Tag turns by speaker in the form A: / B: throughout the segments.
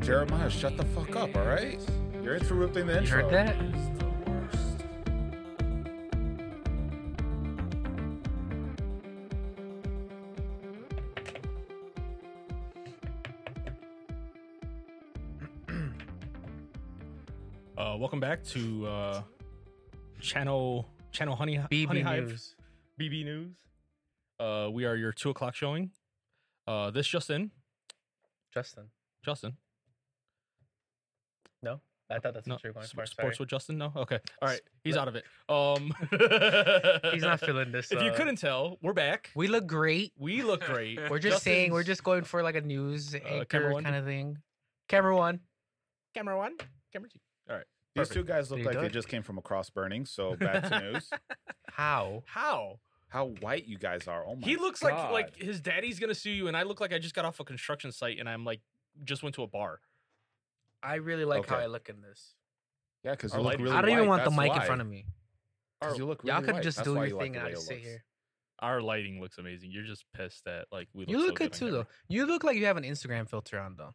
A: Jeremiah, shut the fuck up, all right? You're interrupting the
B: You
A: intro.
B: heard that?
C: Uh, welcome back to uh, channel channel honey honey
B: BB
C: Hive,
B: News.
C: BB News. Uh, we are your two o'clock showing. Uh, this Justin,
B: Justin.
C: Justin.
B: No? I thought that's
C: no,
B: what you were going
C: sp-
B: for.
C: sports
B: Sorry.
C: with Justin. No, okay, all right, he's
B: Le-
C: out of it. Um,
B: He's not feeling this.
C: If you
B: uh,
C: couldn't tell, we're back.
D: We look great.
C: We look great.
D: We're just saying we're
C: Justin's-
D: just going for like a news
C: camera
D: anchor
C: one?
D: kind of thing. Camera one.
C: camera one, camera two.
A: These
C: Perfect.
A: two guys look
D: There you
A: like
D: go.
A: they just came from a cross burning, so back to news.
D: How?
C: How
B: Oh
A: How white you guys are. Oh my
C: he looks like
A: God.
C: like his daddy's gonna sue you, and I look like I just got off a construction site, and I'm like just went to a bar.
D: I really like how
A: Okay.
D: I look in this.
A: Yeah, because
C: Our
A: you look
C: lighting-
A: really
D: I don't even
A: white,
D: want the
A: that's
D: mic
A: why.
D: in front of me.
A: 'Cause you look really
D: Y'all could
A: white,
D: just
A: that's
D: do
A: why
D: your
A: you like
D: thing
A: the
D: and
A: way
D: I
A: it
D: just sit
A: looks.
D: here.
C: Our lighting looks amazing. You're just pissed that like we. Look
D: You
C: so
D: look good
C: on
D: too
C: camera.
D: though. You look like you have an Instagram filter on though.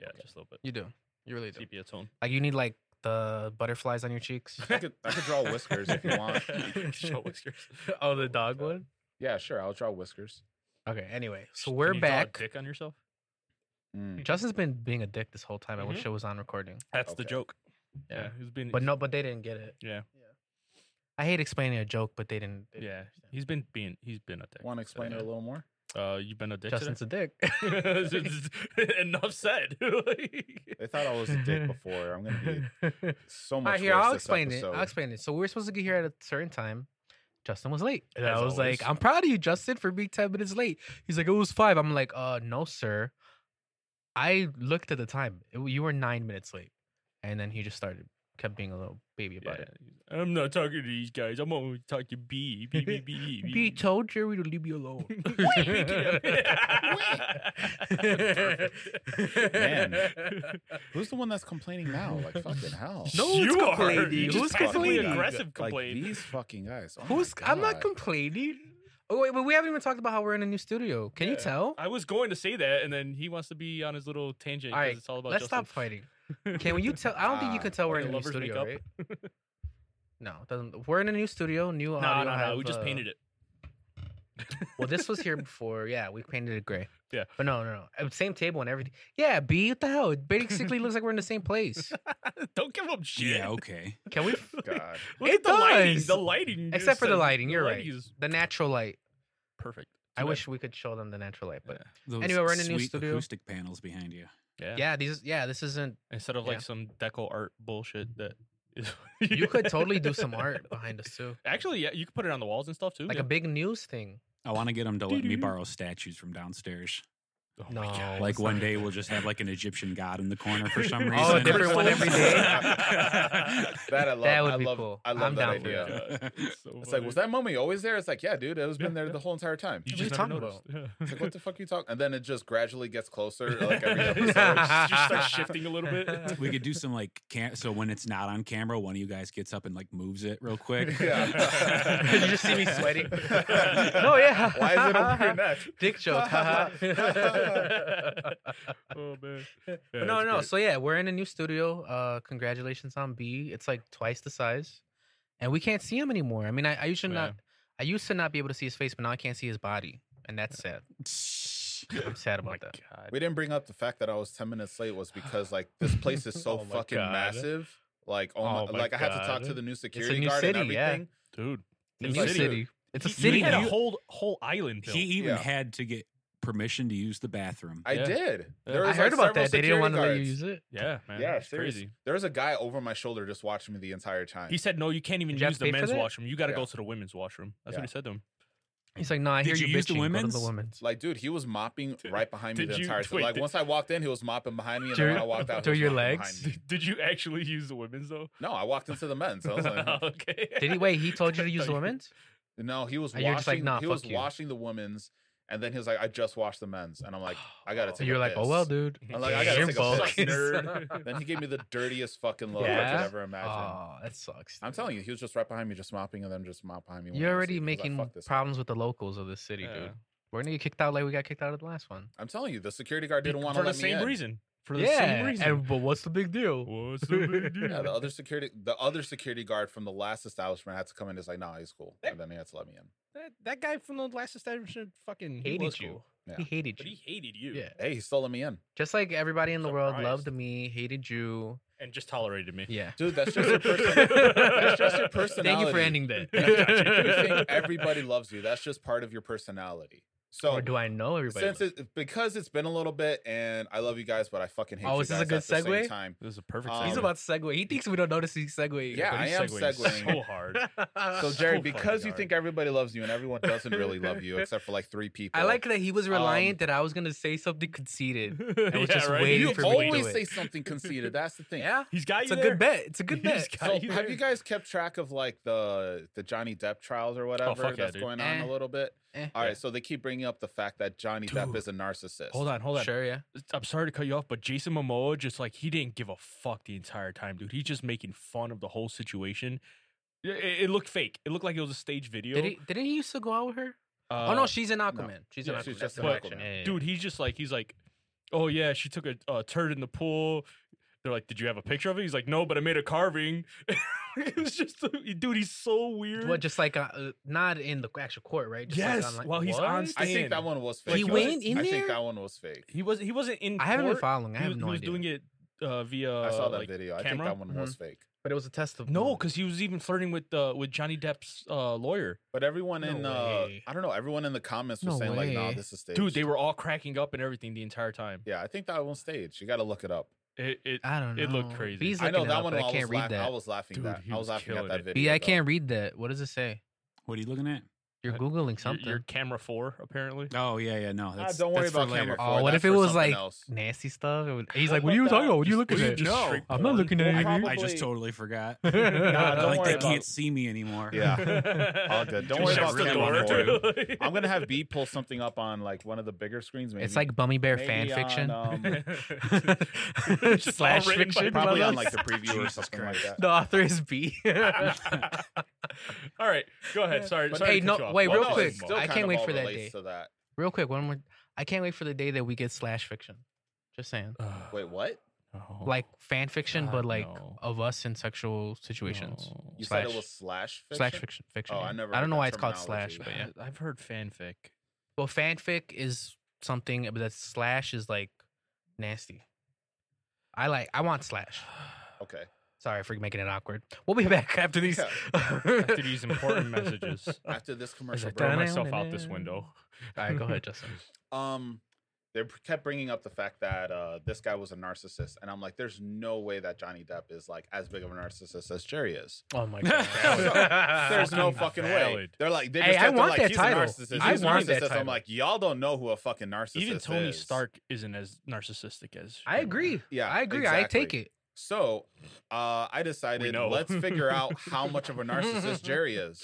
C: Yeah, just a little bit.
D: You do. You really do.
C: Sepia tone.
D: Like you need like the butterflies on your cheeks.
A: I could, I could draw whiskers if you want.
C: Show whiskers.
D: oh, the dog one?
A: Yeah, sure. I'll draw whiskers.
D: Okay, anyway. So
C: Can
D: we're
C: you draw a
D: back.
C: dick on yourself.
A: Mm.
D: Justin's been being a dick this whole time.
A: Mm-hmm.
D: I wish it was on recording.
C: That's
A: the
C: the joke.
D: Yeah.
C: Yeah, he's been.
D: But no, but they didn't get it.
C: Yeah,
D: I hate explaining a joke, but they didn't. they didn't
C: yeah.
D: understand.
C: He's been being. He's been a dick.
A: Want to explain it a little more?
C: Uh, you've been a dick. today?
D: Justin's a dick.
C: Enough said.
A: They thought I was a dick before. I'm going to be so much
D: All right, here
A: worse
D: I'll
A: this
D: explain it.
A: episode.
D: I'll explain it. So we were supposed to get here at a certain time. Justin was late, and I
C: As
D: was
C: always.
D: like, "I'm proud of you, Justin, for being ten minutes late." He's like, "It was five. I'm like, "Uh, no, sir. I looked at the time. It, you were nine minutes late." And then he just started, kept being a little baby about it.
C: I'm not talking to these guys. I'm only talking B. B, B, B, B,
D: He told Jerry to leave me alone.
A: Man. Who's the one that's complaining now? Like, fucking hell.
D: No one's
C: you are.
D: complaining.
C: You
A: Who's
C: just passively
A: complaining?
C: aggressive
A: Like,
C: complain.
A: these fucking guys. Oh my
D: Who's? I'm not
A: God.
D: complaining. Oh wait, but we haven't even talked about how we're in a new studio. Can you
C: Yeah.
D: tell?
C: I was going to say that, and then he wants to be on his little tangent
D: All
C: because
D: right,
C: it's all about.
D: Let's stop
C: Justin.
D: fighting. Can you tell? I don't think you
A: Ah,
D: can tell we're
C: like
D: in a
C: a
D: new
C: lover's
D: studio, right?
C: makeup.
D: No, it doesn't. We're in a new studio, new
C: No,
D: audio.
C: no, no.
D: have,
C: We just
D: uh,
C: painted it.
D: Well, this was here before. Yeah, we painted it gray.
C: Yeah.
D: but no, no, no. Uh, Same table and everything. Yeah, B. What the hell? It basically looks like we're in the same place.
C: Don't give up shit.
E: Yeah, okay.
D: Can we?
A: God.
C: Look
D: It
C: at the lighting.
D: does.
C: The lighting.
D: Except
C: just
D: for the
C: says-
D: lighting, you're
C: lighting
D: right.
C: Is
D: The natural light.
C: perfect.
D: I
C: Too bad.
D: wish we could show them the natural light, but
E: Those
D: Anyway, we're in a new
E: sweet
D: studio.
E: acoustic panels behind you.
C: Yeah.
D: yeah, these. Yeah, this isn't.
C: Instead of
D: Yeah.
C: like some deco art bullshit that is.
D: You could totally do some art behind us too,
C: Actually, yeah, you could put it on the walls and stuff too.
D: like
C: yeah.
D: a big news thing.
E: I want to get them to let me
C: Doo-doo-doo.
E: borrow statues from downstairs.
C: Oh my
D: No.
C: God.
E: Like one day we'll just have like an Egyptian god in the corner for some reason.
D: Oh, a different one every day?
A: That I love.
D: That would
A: I
D: be
A: love,
D: cool.
A: I love
D: I'm
A: that
D: down for
A: idea.
D: that.
C: It's so
A: It's like,
C: funny.
A: was that mummy always there? It's like, yeah, dude, it's been
C: Yeah,
A: there
C: yeah.
A: the whole entire time.
C: You
D: What are you
C: just never
D: talking
C: noticed. Yeah.
A: It's like, what the fuck are you talking? And then it just gradually gets closer. Like every
C: It just
A: episode.
C: starts shifting a little bit.
E: we could do some like cam- so when it's not on camera, one of you guys gets up and like moves it real quick.
A: Yeah.
D: you just see me sweating.
A: no,
D: No, yeah.
A: Why is it over your neck?
D: Dick joke. haha.
C: oh man.
D: But no, no. So yeah, we're in a new studio. Uh, congratulations on B. It's like twice the size, and we can't see him anymore. I mean, I, I used to
C: Yeah.
D: not, I used to not be able to see his face, but now I can't see his body, and that's sad. I'm sad
C: Oh
D: about that.
A: We didn't bring up the fact that I was ten minutes late was because like this place is so
C: Oh my
A: fucking
C: God.
A: massive. Like, oh,
C: Oh
A: my,
C: my
A: like I had to talk
C: God.
A: to the new security
D: new
A: guard and
D: city, yeah.
A: everything.
C: dude,
D: The
A: It's
D: new
A: like-
D: city. It's a
E: You
D: city.
C: He had a
D: now.
C: whole whole island. Built.
E: He even
A: Yeah.
E: had to get permission to use the bathroom.
A: I
C: Yeah.
A: did.
C: Yeah.
A: There
D: I
A: was,
D: heard
A: like,
D: about
A: several
D: that. They didn't
A: security
D: want to let you
A: guards.
D: use it.
C: yeah, man.
A: Yeah,
C: it's
A: seriously.
C: crazy.
A: There was a guy over my shoulder just watching me the entire time.
C: He said, "No, you can't even
D: Did you have
C: use
D: to
C: the
D: pay for
C: men's
D: that?
C: washroom. You got to
A: Yeah.
C: go to the women's washroom." That's
A: Yeah.
C: what he said to him.
D: He's like, no, I hear
E: Did you
D: you,
E: use
D: bitching. Go
E: the
D: to
E: women's?
D: the women's.
A: Like, dude, he was mopping
C: Did-
A: right behind me
C: did
A: the
C: you-
A: entire time.
C: wait,
A: Like,
C: did-
A: once I walked in, he was mopping behind me, and then
D: Through-
A: when I walked out, he
D: through
A: was
D: your
A: mopping
D: legs?
A: behind me.
C: Did you actually use the women's though?
A: No, I walked into the men's. I was like,
C: okay.
D: Did he wait? He told you to use
C: Thought
D: the women's.
A: no, he was
D: And
A: washing.
D: you're just like, nah,
A: he was
D: fuck you.
A: washing the women's, and then he was like, I just washed the men's, and I'm like, I gotta
C: So
A: take.
D: So
A: a
D: you're like, oh
A: piss."
D: well, dude.
A: I'm like, I gotta
D: You're
A: take a
D: bulk.
A: piss.
C: Nerd.
A: Then he gave me the dirtiest fucking look I
D: Yeah?
A: could ever imagine.
D: Oh, that sucks.
A: I'm telling you, he was just right behind me, just mopping, and then just mop behind me. when
D: You're
A: I was
D: already
A: sleeping. I was like,
D: making
A: "Fuck this guy."
D: problems with the locals of this city,
C: Yeah.
D: dude. We're gonna get kicked out like we got kicked out of the last one.
A: I'm telling you, the security guard didn't want to
C: for the
A: let me
C: same
A: in.
C: reason. for the same
D: yeah.
C: reason.
D: And but what's the big deal?
C: What's the big
D: Yeah,
C: deal?
A: Yeah, the other security, the other security guard from the last establishment had to come in. It's like, nah, he's cool, and then he had to let me in.
C: That, that guy from the last establishment fucking he
D: Hated
C: was
D: you.
C: cool,
A: Yeah.
D: He hated
C: but
D: you.
C: he hated you.
D: Yeah.
A: Hey, he still let me in,
D: Just like everybody in the world
C: Surprised.
D: loved me, hated you.
C: and just tolerated me.
D: Yeah.
A: dude. That's just your person. that's just your personality.
D: Thank you for ending that.
A: You think everybody loves you. That's just part of your personality. So
D: or do I know everybody?
A: since it, because it's been a little bit, and I love you guys, but I fucking hate
D: Oh,
A: you
D: is this a
A: guys
D: good
A: at the same
D: segue?
A: time.
C: This is a perfect.
A: Um,
D: He's
C: segue.
D: about to segue. He thinks we don't notice he's segueing.
A: Yeah,
C: But
A: I
C: he's
A: am segueing.
C: so hard.
A: So
C: So
D: Oh,
A: Jerry,
C: fucking
A: because you
C: hard.
A: think everybody loves you and everyone doesn't really love you except for like three people.
D: I like that he was reliant
A: Um,
D: that I was gonna say something conceited.
C: I
D: was just waiting
A: you
D: for me to
A: always
D: do it.
A: say something conceited. That's the thing.
D: Yeah,
C: He's got
D: it's
C: you.
D: a good bet. It's a good bet.
A: So have you guys kept track of like the the Johnny Depp trials
D: Oh,
A: or whatever
C: fuck yeah,
A: that's
C: dude.
A: going on
D: Eh.
A: a little bit?
D: Eh.
A: All right, so they keep bringing up the fact that Johnny Depp
C: Dude.
A: is a narcissist.
C: Hold on, hold on.
D: Sure, yeah.
C: I'm sorry to cut you off, but Jason Momoa just like he didn't give a fuck the entire time, dude. He's just making fun of the whole situation. I- I- It, looked fake. It looked like it was a stage video.
D: Did he? Didn't he used to go out with her? oh
C: Uh,
D: no, she's an Aquaman. She's an
A: Yeah,
D: Aquaman.
A: she's
D: That's
A: just
D: the
C: an
D: connection.
A: Aquaman.
D: Yeah, yeah, yeah.
C: dude, he's just like he's like, oh yeah, she took a uh, turd in the pool. They're like, did you have a picture of it? He's like, no, but I made a carving. it was just, dude, he's so weird.
D: What? Just like uh, uh, not in the actual court, right? Just
C: yes,
D: Like online-
C: while he's on
D: What?
C: stage,
A: I think that one was fake.
D: He
A: I
D: went
A: think-
D: in
A: I think
D: there?
A: that one was fake.
C: he was he wasn't in.
D: I haven't been
C: court.
D: following. I
C: He
D: have
C: was,
D: no
C: he was
D: idea.
C: doing it uh, via.
A: I saw that
C: like,
A: video. I think
C: camera?
A: that one was fake.
D: but it was a test of
C: No, because he was even flirting with uh, with Johnny Depp's uh, lawyer.
A: But everyone
D: No
A: in uh,
D: way.
A: I don't know, everyone in the comments was
D: No
A: saying like, nah,
D: way.
A: this is staged.
C: Dude, they were all cracking up and everything the entire time.
A: Yeah, I think that one staged. You got to look it up.
C: It, it,
D: I don't know.
C: It looked crazy.
D: B's
A: I
D: looking
A: know
D: it
A: that
D: up,
A: one.
D: but
A: I,
D: I can't
A: was
D: read
A: laugh- I
D: that.
A: was laughing.
C: Dude,
A: that.
C: he
A: I was
C: was
A: laughing at
C: killing
A: that
C: it.
A: video.
D: B, I
A: though.
D: can't read that. What does it say?
E: What are you looking at?
D: You're
C: Uh,
D: googling
C: Your-
D: something.
C: Your camera four, apparently.
E: Oh yeah, yeah. No,
A: Ah,
E: that's,
A: don't worry
E: that's for
A: about
E: later.
A: camera.
D: Oh,
A: four.
D: what
A: That's
D: if it
A: for
D: was,
A: something
D: like,
A: else.
D: Nasty stuff. It would-
A: How
D: He's like, "What are
A: about
D: you talking
A: that?
D: about? What are you looking
C: Well,
D: at?"
C: just
A: No.
C: straight
D: I'm not
C: porn.
D: looking at
A: Well,
D: anything.
E: I
A: Probably-
E: just totally forgot.
A: Nah, don't
E: like
A: worry
E: they
A: about
E: can't
A: it.
E: see me anymore.
A: Yeah. All good. Don't worry about camera I'm gonna have B
C: B.
A: pull something up on like one of the bigger screens. Maybe
D: It's like Bummy Bear
A: maybe
D: fan
A: on,
D: fiction.
A: um,
C: Just
D: Slash
C: all written by
D: fiction.
A: probably
D: levels.
A: on like the preview or
E: Jesus
A: something
E: Christ.
A: like that.
D: the author is B.
C: All right, go ahead. Sorry,
A: But
C: sorry
D: hey,
C: to
D: no,
C: cut you off.
D: wait,
A: Well,
D: real
A: no, it
D: quick.
A: still
D: I
A: kind
D: can't
A: of
D: wait
A: all
D: for that
A: relates
D: day.
A: To that.
D: Real quick, one more. I can't wait for the day that we get slash fiction. Just saying,
A: Wait, what?
C: No.
D: like fan fiction, but
C: God,
D: like
C: no.
D: of us in sexual situations.
C: No.
A: You said
D: Slash.
A: it was slash fiction.
D: Slash fiction, fiction.
A: Oh,
D: yeah.
A: I never
D: I
A: heard
D: don't know
A: that
D: why it's called
A: terminology.
D: slash, but yeah.
C: I've heard fanfic.
D: Well, fanfic is something, but that slash is like nasty. I like. I want slash.
A: Okay.
D: Sorry for making it awkward. We'll be back after these.
A: Yeah.
C: After these important messages, I
A: After this commercial
D: like,
C: throw
A: break,
D: "Dun-dun-dun-dun."
C: myself out this window.
D: All right, go ahead, Justin.
A: um, they kept bringing up the fact that uh, this guy was a narcissist, and I'm like, there's no way that Johnny Depp is like as big of a narcissist as Jerry is.
D: Oh my god. Ah,
A: There's no fucking
C: Fucking
A: way.
C: valid.
A: They're like, they
D: Hey,
A: just
D: I
A: kept- they're
D: want
A: like,
D: that
A: he's
D: title.
A: a narcissist.
D: I
A: he's a
D: want that
A: narcissist. I'm
D: title.
A: like, y'all don't know who a fucking narcissist
C: Even Tony
A: is.
C: Stark isn't as narcissistic as
D: I agree.
A: Yeah,
D: I agree. I
A: exactly.
D: take it.
A: So uh, I decided
C: know.
A: let's figure out how much of a narcissist Jerry is.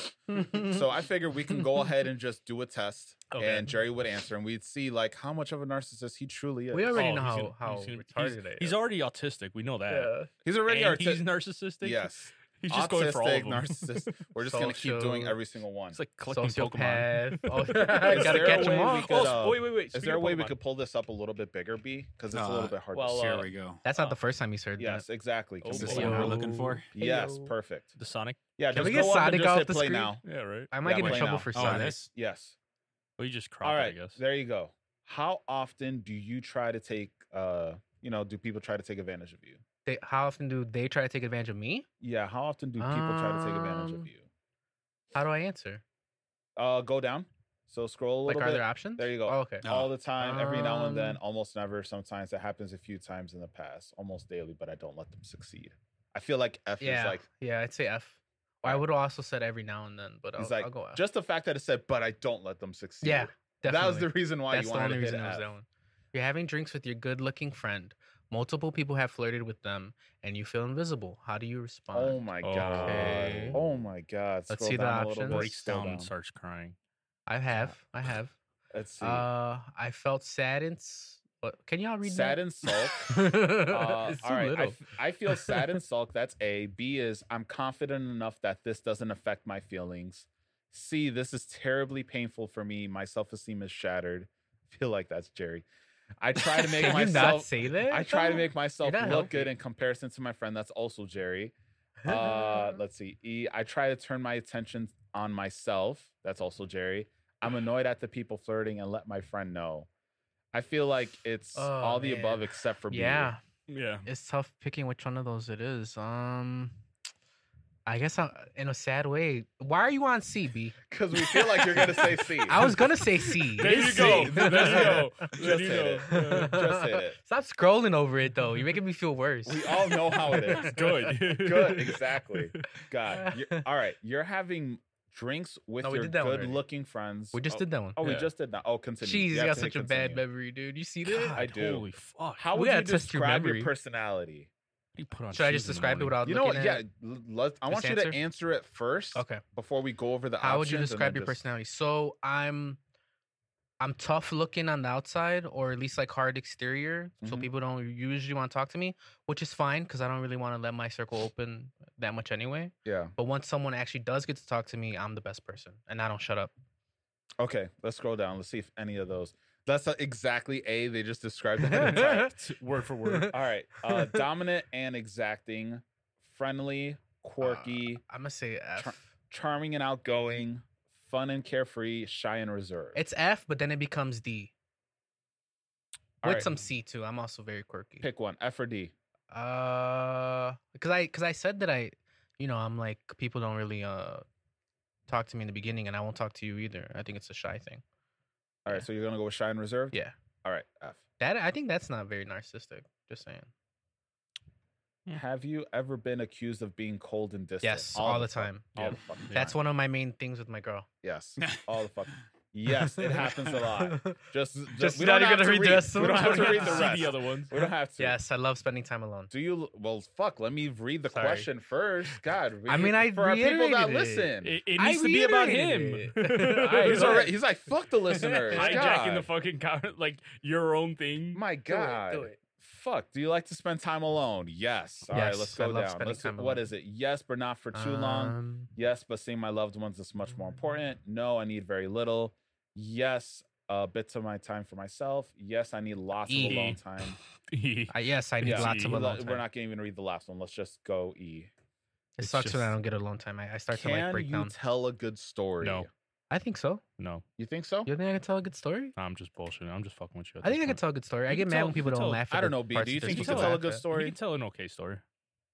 A: So I figured we can go ahead and just do a test,
C: Okay.
A: and Jerry would answer, and we'd see like how much of a narcissist he truly is.
D: We already
C: Oh,
D: know
C: he's
D: how,
C: gonna-
D: how
C: he's gonna-
D: retarded I
C: He's
D: am.
C: already autistic. We know that.
A: he's already
C: And he's
A: artistic.
C: narcissistic.
A: Yes,
C: he's just going for all of
A: Autistic,
C: them.
A: narcissist. We're just gonna keep doing
D: Social-
A: every single one.
C: It's like collecting
D: Sociopath.
C: Pokemon.
D: Oh,
A: Is
D: gotta
A: there a
D: catch
A: way
D: them
A: we
D: all.
A: could,
C: oh,
A: uh,
C: wait, wait, wait.
A: is
C: Speaking
A: there a
C: of
A: way we
C: Pokemon,
A: could pull this up a little bit bigger, B? Because it's a
E: Uh,
A: little bit hard. to
C: well,
A: see.
C: uh,
E: Here we go.
D: That's
A: Oh.
D: not the first time he's heard
A: yes,
D: that.
A: exactly. Can
C: Oh,
A: we
E: Is this
A: play
E: what
A: now?
E: we're looking for?
A: Yes,
D: Heyo.
A: perfect.
C: the Sonic?
A: Yeah,
D: Can
A: just
D: we get
A: go up and
D: Sonic
A: just
D: off
A: hit
D: the
A: play
D: screen?
A: now.
C: Yeah, right.
D: I might
A: Yeah,
D: get in
A: why
D: trouble
A: not?
D: for
E: Oh,
D: Sonic.
E: this.
A: Yes.
C: Well, you just crop
A: All
C: it,
A: right,
C: I guess.
A: there you go. How often do you try to take? uh You know, do people try to take advantage of you?
D: They, how often do they try to take advantage of me?
A: Yeah. How often do people try to take advantage
D: Um,
A: of you?
D: How do I answer?
A: Uh, go down. So scroll a
D: Like,
A: little
D: are
A: bit.
D: there options?
A: There you go.
D: Oh, okay.
E: No.
A: All the time, every now and then,
D: Um,
A: almost never. Sometimes it happens a few times in the past, almost daily. But I don't let them succeed. I feel like F is
D: yeah.
A: like
D: yeah, I'd say F. Or I would also said every now and then, but I'll,
A: it's like
D: I'll go F.
A: just the fact that it said, but I don't let them succeed.
D: yeah, definitely.
A: that was the reason why
D: That's
A: you
D: the
A: wanted
D: only
A: to hit
D: reason it was
A: F.
D: that one. You're having drinks with your good-looking friend. Multiple people have flirted with them, and you feel invisible. How do you respond?
A: Oh my god!
D: Okay.
A: Oh my god!
D: Let's
A: Scroll
D: see the
A: down a little
D: options.
A: bit,
C: Breaks
A: scroll
C: down, and starts crying.
D: I have, I have.
A: Let's see.
D: Uh, I felt sad and. s- What, can y'all Uh, read
A: sad
D: that?
A: and sulk. Uh,
D: it's too
A: all right, I,
D: little.
A: f- I feel sad and sulk. That's A. B is I'm confident enough that this doesn't affect my feelings. C, this is terribly painful for me. My self esteem is shattered. feel like that's Jerry. I try to make
D: Can you not
A: myself.
D: say that?
A: I try to make myself
D: not
A: look good
D: healthy.
A: in comparison to my friend. That's also Jerry. Uh, let's see. E. I try to turn my attention on myself. That's also Jerry. I'm annoyed at the people flirting and let my friend know. I feel like it's
D: Oh,
A: all the
D: man.
A: above except for B.
D: yeah,
C: Yeah.
D: it's tough picking which one of those it is. Um, I guess I'm, in a sad way. Why are you on C, B?
A: Because we feel like you're gonna say C.
D: I was gonna say C. It
C: There
D: is
C: you go.
D: C.
C: There you go. There
A: Just
C: you
A: hit
C: go.
A: it.
C: Yeah.
A: Just hit it.
D: Stop scrolling over it though. You're making me feel worse.
A: We all know how it is.
C: Good.
A: Good, exactly. God. You're, all right. You're having drinks with
D: No, we
A: your
D: did that one
A: good
D: already.
A: looking friends.
D: We just
A: oh,
D: did that one.
A: Oh, we
C: Yeah.
A: just did that. Oh, continue.
D: Jeez, you
A: have
D: got
A: to
D: such
A: hit
D: a bad
A: continue.
D: memory, dude. You see that?
A: I do.
E: Holy fuck!
A: How
D: We
A: would
D: gotta
A: you
D: test your
A: describe your,
D: memory.
A: personality?
E: do you put on?
D: Should I just
E: shoes in the
D: describe it
E: morning?
D: without
A: You know what?
D: looking
A: Yeah,
D: at?
A: l- let, I
D: this
A: want you
D: answer?
A: to answer it first
D: Okay.
A: before we go over the
D: How would you
A: options and
D: describe
A: then
D: your
A: just-
D: personality? So I'm, I'm tough looking on the outside, or at least like hard exterior, so
A: Mhm.
D: people don't usually want to talk to me, which is fine because I don't really want to let my circle open that much anyway. But once someone actually does get to talk to me, I'm the best person, and I don't shut up.
A: Yeah. Okay. Let's scroll down. Let's see if any of those. That's uh, exactly A. They just described the head and type.
C: Word for word.
A: All right. Uh, dominant and exacting, friendly, quirky,
D: I'm gonna say F.
A: Tr- charming and outgoing, fun and carefree, shy and reserved.
D: It's F, but then it becomes D.
A: All
D: with
A: right,
D: some C too. I'm also very quirky.
A: pick one F or D.
D: Uh, because I because I said that I, you know, I'm like people don't really uh talk to me in the beginning, and I won't talk to you either. I think it's a shy thing.
A: All right.
D: Yeah.
A: So you're gonna go with shy and reserved.
D: Yeah,
A: All right. F.
D: that I think that's not very narcissistic. Just saying.
A: Have you ever been accused of being cold and distant?
D: Yes, all the
A: fuck-
D: time.
A: All
E: Yeah.
A: the fucking time.
D: That's one of my main things with my girl.
A: Yes. All the fucking. Yes, it happens a lot. Just,
D: Just
A: we
D: now
A: don't
D: you're
A: have
D: gonna
A: to
D: read
A: read.
D: the rest of
A: We don't
D: them.
A: have to read the
C: See
A: rest.
C: the other ones.
A: We don't have to.
D: yes, I love spending time alone.
A: Do you? Well, fuck. Let me read the
D: Sorry.
A: question first. God.
D: I
A: we-
D: mean, I
A: for our people that
D: reiterated it.
A: listen.
C: It, it
D: I
C: needs to be about him.
D: reiterated it. All right,
A: he's
D: go ahead.
A: already. He's like, fuck the listeners.
C: Hijacking the
A: God.
C: fucking comment, like your own thing.
A: My
D: Do it,
A: God.
D: do it.
A: Fuck. Do you like to spend time alone? Yes. All right, Let's
D: Yes, I
A: go
D: love
A: down.
D: spending
A: Let's see-
D: time
A: what
D: alone.
A: is it? Yes, but not for too long.
D: Um,
A: Yes, but seeing my loved ones is much
D: mm.
A: more important. No, I need very little. Yes, a bit of my time for myself. Yes, I need lots of
D: E.
A: alone time.
D: I, yes, I need
A: Yeah.
D: lots of
C: See,
A: We're
D: alone
A: not
D: time.
A: going to even read the last one. Let's just go E.
D: it
C: it's
D: sucks when I
C: just-
D: don't get alone time. I, I start to like
A: Can
D: break
A: you
D: down.
A: tell a good story?
C: No.
D: I think so.
C: no,
A: You think so?
D: You think I can tell a good story?
C: I'm just bullshitting. I'm just fucking with you. at
D: I
C: this
D: think I can
C: point.
D: tell a good story. I
C: You
D: get
C: can
D: mad
C: tell-
D: when
C: you
D: people
C: can
D: don't
C: tell-
D: laugh. At
A: I don't
D: the
A: know, B.
D: parts
A: Do
D: that
A: you
D: they're
A: think you can
D: supposed to
A: tell a
D: laugh
A: good
D: at.
C: You
A: story?
C: can tell an okay story.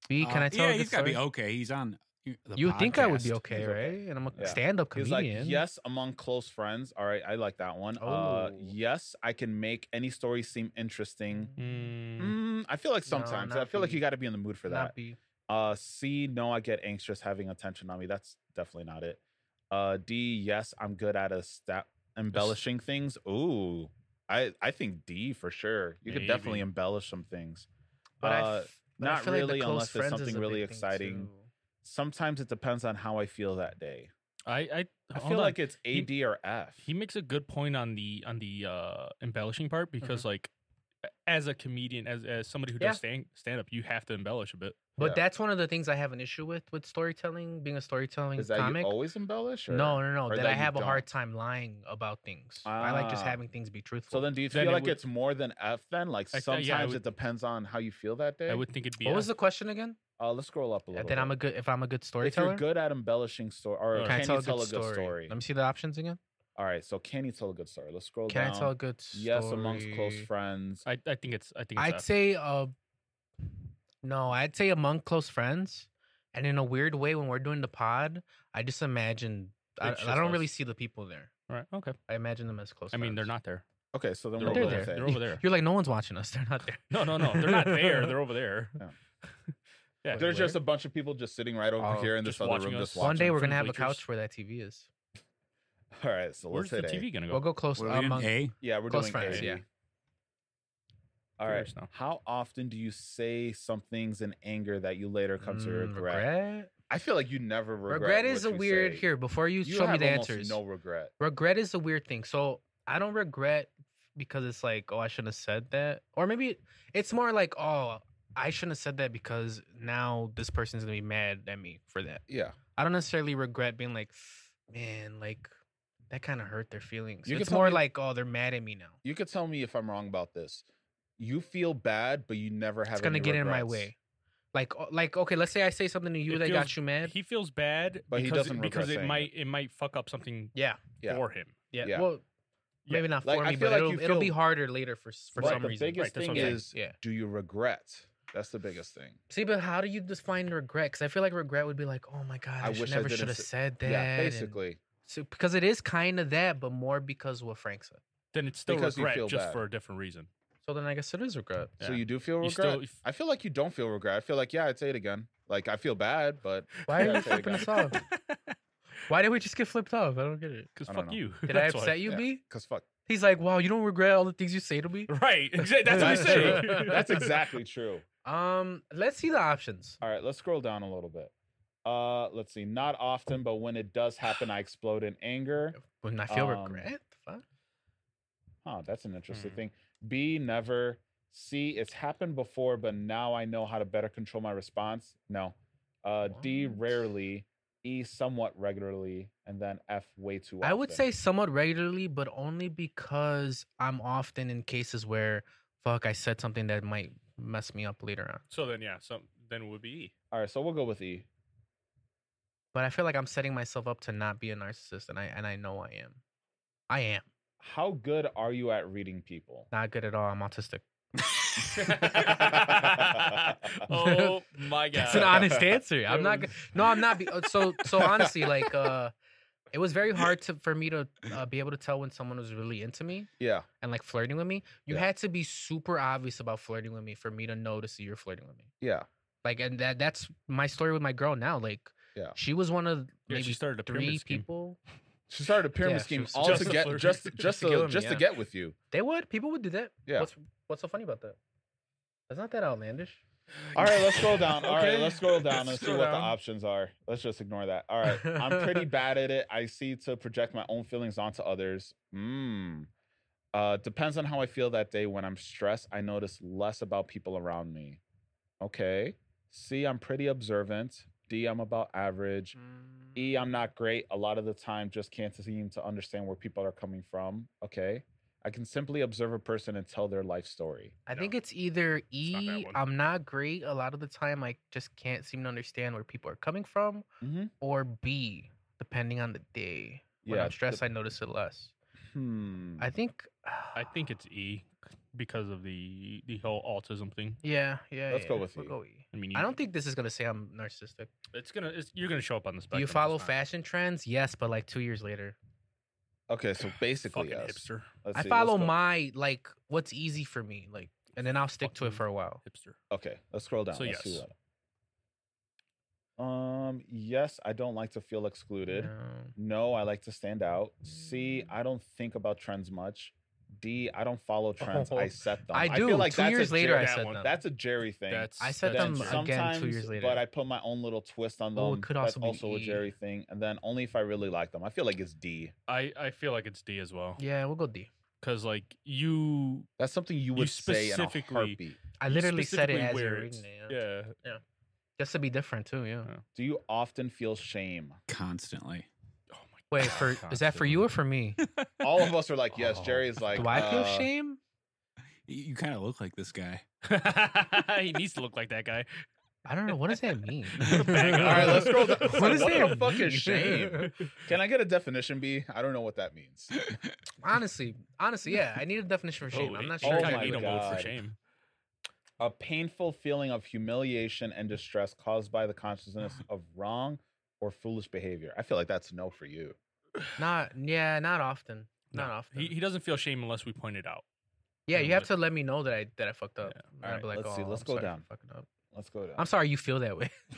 D: B, can
A: Um,
E: Uh,
D: I tell
E: Yeah,
D: a good
E: he's got to
D: story?
E: be okay. He's on. The
D: you would think I would be
E: podcast.
D: okay,
A: He's okay.
D: right? And I'm a
A: Yeah.
D: stand-up
A: He's
D: comedian.
A: like, yes, among close friends. All right, I like that one. Uh,
D: Oh.
A: yes, I can make any story seem interesting.
C: Mm.
A: Mm, I feel like
D: No,
A: sometimes I
D: not
A: feel like
D: B.
A: you got to be in the mood for that.
D: Not B.
A: Uh, C, no, I get anxious having attention on me. That's definitely not it. Uh, D, yes, I'm good at a stat embellishing things. Ooh, I I think D for sure. You could definitely
C: Maybe.
A: embellish some things.
D: But I
A: Uh,
D: f- but I
A: not
D: feel like the
A: really
D: close
A: unless there's
D: friends is
A: something
D: a
A: really
D: big thing,
A: exciting.
D: too.
A: Sometimes it depends on how I feel that day.
C: I I,
A: I
C: hold
A: feel
C: on.
A: like it's A,
C: He-
A: D, or F.
C: he makes a good point on the on the uh embellishing part because like a- as a comedian as as somebody who
D: Yeah.
C: does stand stand up you have to embellish a bit
D: But
A: Yeah.
D: that's one of the things I have an issue with with storytelling, being a storytelling
A: Is that
D: comic.
A: you always embellish? Or?
D: no, no, no.
A: or
D: That,
A: that
D: I
A: you
D: have a
A: don't?
D: hard time lying about things. I like just
A: Ah.
D: having things be truthful.
A: So then, do you
C: Then
A: feel
C: it
A: like
C: would-
A: it's more than F? Then, like
C: I- yeah, I
A: sometimes
C: would-
A: it depends on how you feel that day.
C: i would think it'd be
D: what was
C: a-
D: the question again?
A: Uh, let's scroll up a
D: Uh,
A: little.
D: Then I'm a
A: bit.
D: good if I'm a good
A: If you're
D: storyteller.
A: good at embellishing story, or
C: Alright.
D: can, I tell,
A: you
D: a, good story? Let me see the options again.
A: All right, so can you tell a good story? Let's scroll
D: Can
A: down.
D: I tell a good story?
A: Yes, amongst close friends.
C: I, I think it's i think it's
D: I'd
C: F.
D: say uh no, I'd say among close friends. And in a weird way, when we're doing the pod, I just imagine I,
C: It's
D: I
C: just
D: don't really
C: us.
D: see the people there.
C: all right okay
D: I imagine them as close.
C: i mean they're
D: friends.
C: not there
A: Okay, so then
C: they're
A: we're
C: over
D: They're
A: both
C: there
A: saying-
C: they're over there
D: You're like no one's watching us. They're not there.
C: no no no they're not there they're over there
A: Yeah.
C: yeah
A: There's just
D: where?
A: a bunch of people just sitting right over
D: Oh,
A: here in
C: just
A: this other
C: watching
A: room,
C: us.
A: just watching.
D: One day
C: them
D: we're
C: from
D: gonna
C: the
D: have a
C: bleachers.
D: couch where that TV is.
A: All right, so
C: where's
A: let's
C: the
A: hit A.
C: tv gonna go
D: We'll go close
E: What are we doing?
D: among.
E: A?
A: Yeah, we're
D: Close
A: doing
D: friends,
A: A.
D: yeah.
A: All right.
C: Curious now.
A: How often do you say some things in anger that you later come to
D: Mm,
A: regret? I feel like you never regret.
D: Regret, is a
A: what you
D: weird.
A: say.
D: Here, before you,
A: You
D: show me
A: have
D: the
A: almost
D: answers,
A: No regret.
D: regret is a weird thing. So I don't regret because it's like, oh, I shouldn't have said that. Or maybe it's more like, oh, I shouldn't have said that because now this person's gonna be mad at me for that.
A: Yeah.
D: I don't necessarily regret being like, man, like That kind of hurt their feelings.
A: You could
D: it's
A: tell
D: more
A: me-
D: like, oh, they're mad at me now.
A: You could tell me if I'm wrong about this. You feel bad, but you never have.
D: it's gonna
A: any
D: get in my
A: regrets.
D: way. Like, oh, like okay, let's say I say something to you
C: It
D: that
C: feels-
D: got you mad.
C: He feels bad,
A: But he
C: because,
A: doesn't regret
C: because
A: saying
C: it
A: it.
C: might it might fuck up something
D: yeah,
A: Yeah.
C: for him.
D: yeah,
A: Yeah.
D: Well,
C: Yeah.
D: maybe not
A: Like,
D: for
A: I
D: me,
A: feel
D: but
A: like
D: it'll,
A: you
D: it'll be
A: feel-
D: harder later for s- for
A: Right,
D: some
A: the
D: reason.
A: biggest
C: that's
A: thing
C: what I'm saying.
A: is,
D: Yeah.
A: do you regret? That's the biggest thing.
D: See, but how do you define regret? Because I feel like regret would be like, oh my god,
A: I
D: I, should
A: wish I
D: never
A: didn't
D: should have
A: say-
D: said that.
A: yeah,
D: and-
A: basically.
D: so, because it is kind of that, but more because what Frank said.
C: Then it's still
A: Because you
C: regret
A: feel
C: just
A: bad.
C: for a different reason.
D: So then I guess it is regret.
A: So
C: Yeah.
A: you do feel
C: You
A: regret.
C: still- if-
A: I feel like you don't feel regret. I feel like yeah, I'd say it again. Like I feel bad, but
D: Why
A: Yeah,
D: are you
A: I'd say it
D: flipping
A: again.
D: us off? Why did we just get flipped off? I don't get it.
C: Because
A: I don't
C: fuck
A: know.
C: you.
D: Did I
C: That's why.
D: upset you,
A: Yeah.
D: B?
A: Cause fuck,
D: He's like, wow, you don't regret all the things you say to me.
C: Right. Exactly. That's what I'm
A: That's
C: saying.
A: true. That's exactly true.
D: Um, let's see the options.
A: All right, let's scroll down a little bit. Uh, let's see. Not often, but when it does happen, I explode in anger.
D: When I feel
A: Um,
D: regret, fuck.
A: Huh, that's an interesting
D: Mm-hmm.
C: Hmm.
A: thing. B, never. C, it's happened before, but now I know how to better control my response. No. Uh, D,
D: What?
A: rarely. E, somewhat regularly. And then F, way too often.
D: I would say somewhat regularly, but only because I'm often in cases where, fuck, I said something that might mess me up later on.
C: So then, yeah. So then it would be E.
A: All right, so we'll go with E.
D: But I feel like I'm setting myself up to not be a narcissist, and I and I know I am. I am
A: How good are you at reading people?
D: not good at all. I'm autistic.
C: oh my god.
D: That's an honest answer. I'm
C: It
D: not. go-
C: was-
D: No, I'm not. Be- uh, so so honestly, like, uh, it was very hard to for me to uh, be able to tell when someone was really into me
A: Yeah.
D: and like flirting with me. You
A: Yeah.
D: had to be super obvious about flirting with me for me to notice that you're flirting with me.
A: Yeah.
D: Like, and that that's my story with my girl now. Like,
A: Yeah.
D: she was one of
C: Yeah,
D: maybe
C: she started a pyramid
D: three
C: scheme.
D: people.
A: She started a pyramid
D: Yeah, she
A: scheme
D: was-
A: all
C: Just
A: to
C: to
A: get
C: flirt.
A: just
C: Just
A: just
D: to get
A: to,
D: with me,
A: just to
D: yeah.
A: get with you.
D: They would. People would do that.
A: Yeah.
D: What's what's so funny about that? That's not that outlandish.
A: All right, let's scroll down. All right,
C: Okay.
A: let's scroll down and
C: Let's
A: see
C: scroll
A: what the
C: down.
A: options are. Let's just ignore that. All right, I'm pretty bad at it. I see to project my own feelings onto others. Mmm. Uh, depends on how I feel that day. When I'm stressed, I notice less about people around me. Okay. C, I'm pretty observant. D, I'm about average.
D: Mm,
A: E, I'm not great. A lot of the time, just can't seem to understand where people are coming from. Okay. I can simply observe a person and tell their life story.
D: I
C: No.
D: think it's either
C: not that
D: E,
C: one.
D: I'm not great a lot of the time. I just can't seem to understand where people are coming from,
A: Mhm.
D: or B, depending on the day. When
A: Yeah,
D: I'm
A: the-
D: stressed, I notice it less.
A: Hmm.
D: I think.
C: I think it's E because of the the whole autism thing.
D: Yeah, yeah.
A: Let's go
D: yeah,
A: with
D: we'll
A: E.
D: go E.
C: I mean,
D: I
C: you-
D: don't think this is gonna say I'm narcissistic.
C: it's gonna. It's, you're gonna show up on the
D: Do
C: spectrum.
D: you
C: it's
D: follow
C: not
D: fashion trends? Yes, but like two years later,
A: Okay, so basically,
C: Fucking
A: yes.
C: hipster.
A: Let's
D: I
A: see, let's
D: follow
A: go-
D: my like what's easy for me, like, and then I'll stick to it
C: Fucking
D: for a while.
C: Hipster.
A: Okay, let's scroll down.
C: So
A: let's see
C: yes.
A: what. Um. Yes, I don't like to feel excluded.
D: No.
A: No, I like to stand out. C. I don't think about trends much. D. I don't follow trends. I
D: Oh,
A: set them.
D: I do.
A: feel like
D: two
A: that's a
D: years later, I
A: Jerry,
C: that
D: said
C: one.
D: them.
A: that's a Jerry thing.
C: That's.
D: I said
C: that's
D: them
C: Jerry.
D: again two years
A: sometimes,
D: later.
A: But I put my own little twist on them.
D: Oh, it could
A: that's
D: also be
A: also a
D: E.
A: Jerry thing. And then only if I really like them. I feel like it's D.
C: I I feel like it's D as well.
D: Yeah, we'll go D.
C: Because like you,
A: That's something you
C: You
A: would say in a
C: specifically-
A: heartbeat.
D: I
C: you
D: literally said it
C: specifically
D: as
C: where
D: you're
C: it's-
D: reading it. Yeah.
C: yeah.
D: Just to be different too, yeah.
C: Yeah.
A: Do you often feel shame?
E: constantly.
C: Oh my.
D: Wait, for is that for you or for me?
A: All of us are like, yes.
C: Oh.
A: Jerry's like,
D: Do I feel
A: uh,
D: shame?
E: You, you kind of look like this guy.
C: God. he needs to look like that guy.
D: I don't know. What does that mean?
C: Bang
A: All right, let's scroll down.
D: What is
A: what the
D: that
A: fuck
D: mean?
A: is shame? Can I get a definition, B? I don't know what that means.
D: honestly, honestly, yeah. I need a definition for shame.
C: Oh,
D: I'm not
C: you
D: sure.
A: oh
C: kinda
A: my
C: need a vote
A: God.
C: for shame.
A: A painful feeling of humiliation and distress caused by the consciousness of wrong or foolish behavior. I feel like that's no for you.
D: Not yeah, not often. Not
C: No,
D: often.
C: He, he doesn't feel shame unless we point it out.
D: yeah,
C: doesn't
D: you have
C: look-
D: to let me know that I that I fucked up.
C: Yeah.
D: And I'll
A: Alright,
D: be like,
A: let's see,
D: "Oh,
A: let's
D: I'm
A: go
D: sorry for
A: down.
D: fucking up."
A: Let's go down.
D: I'm sorry you feel that way.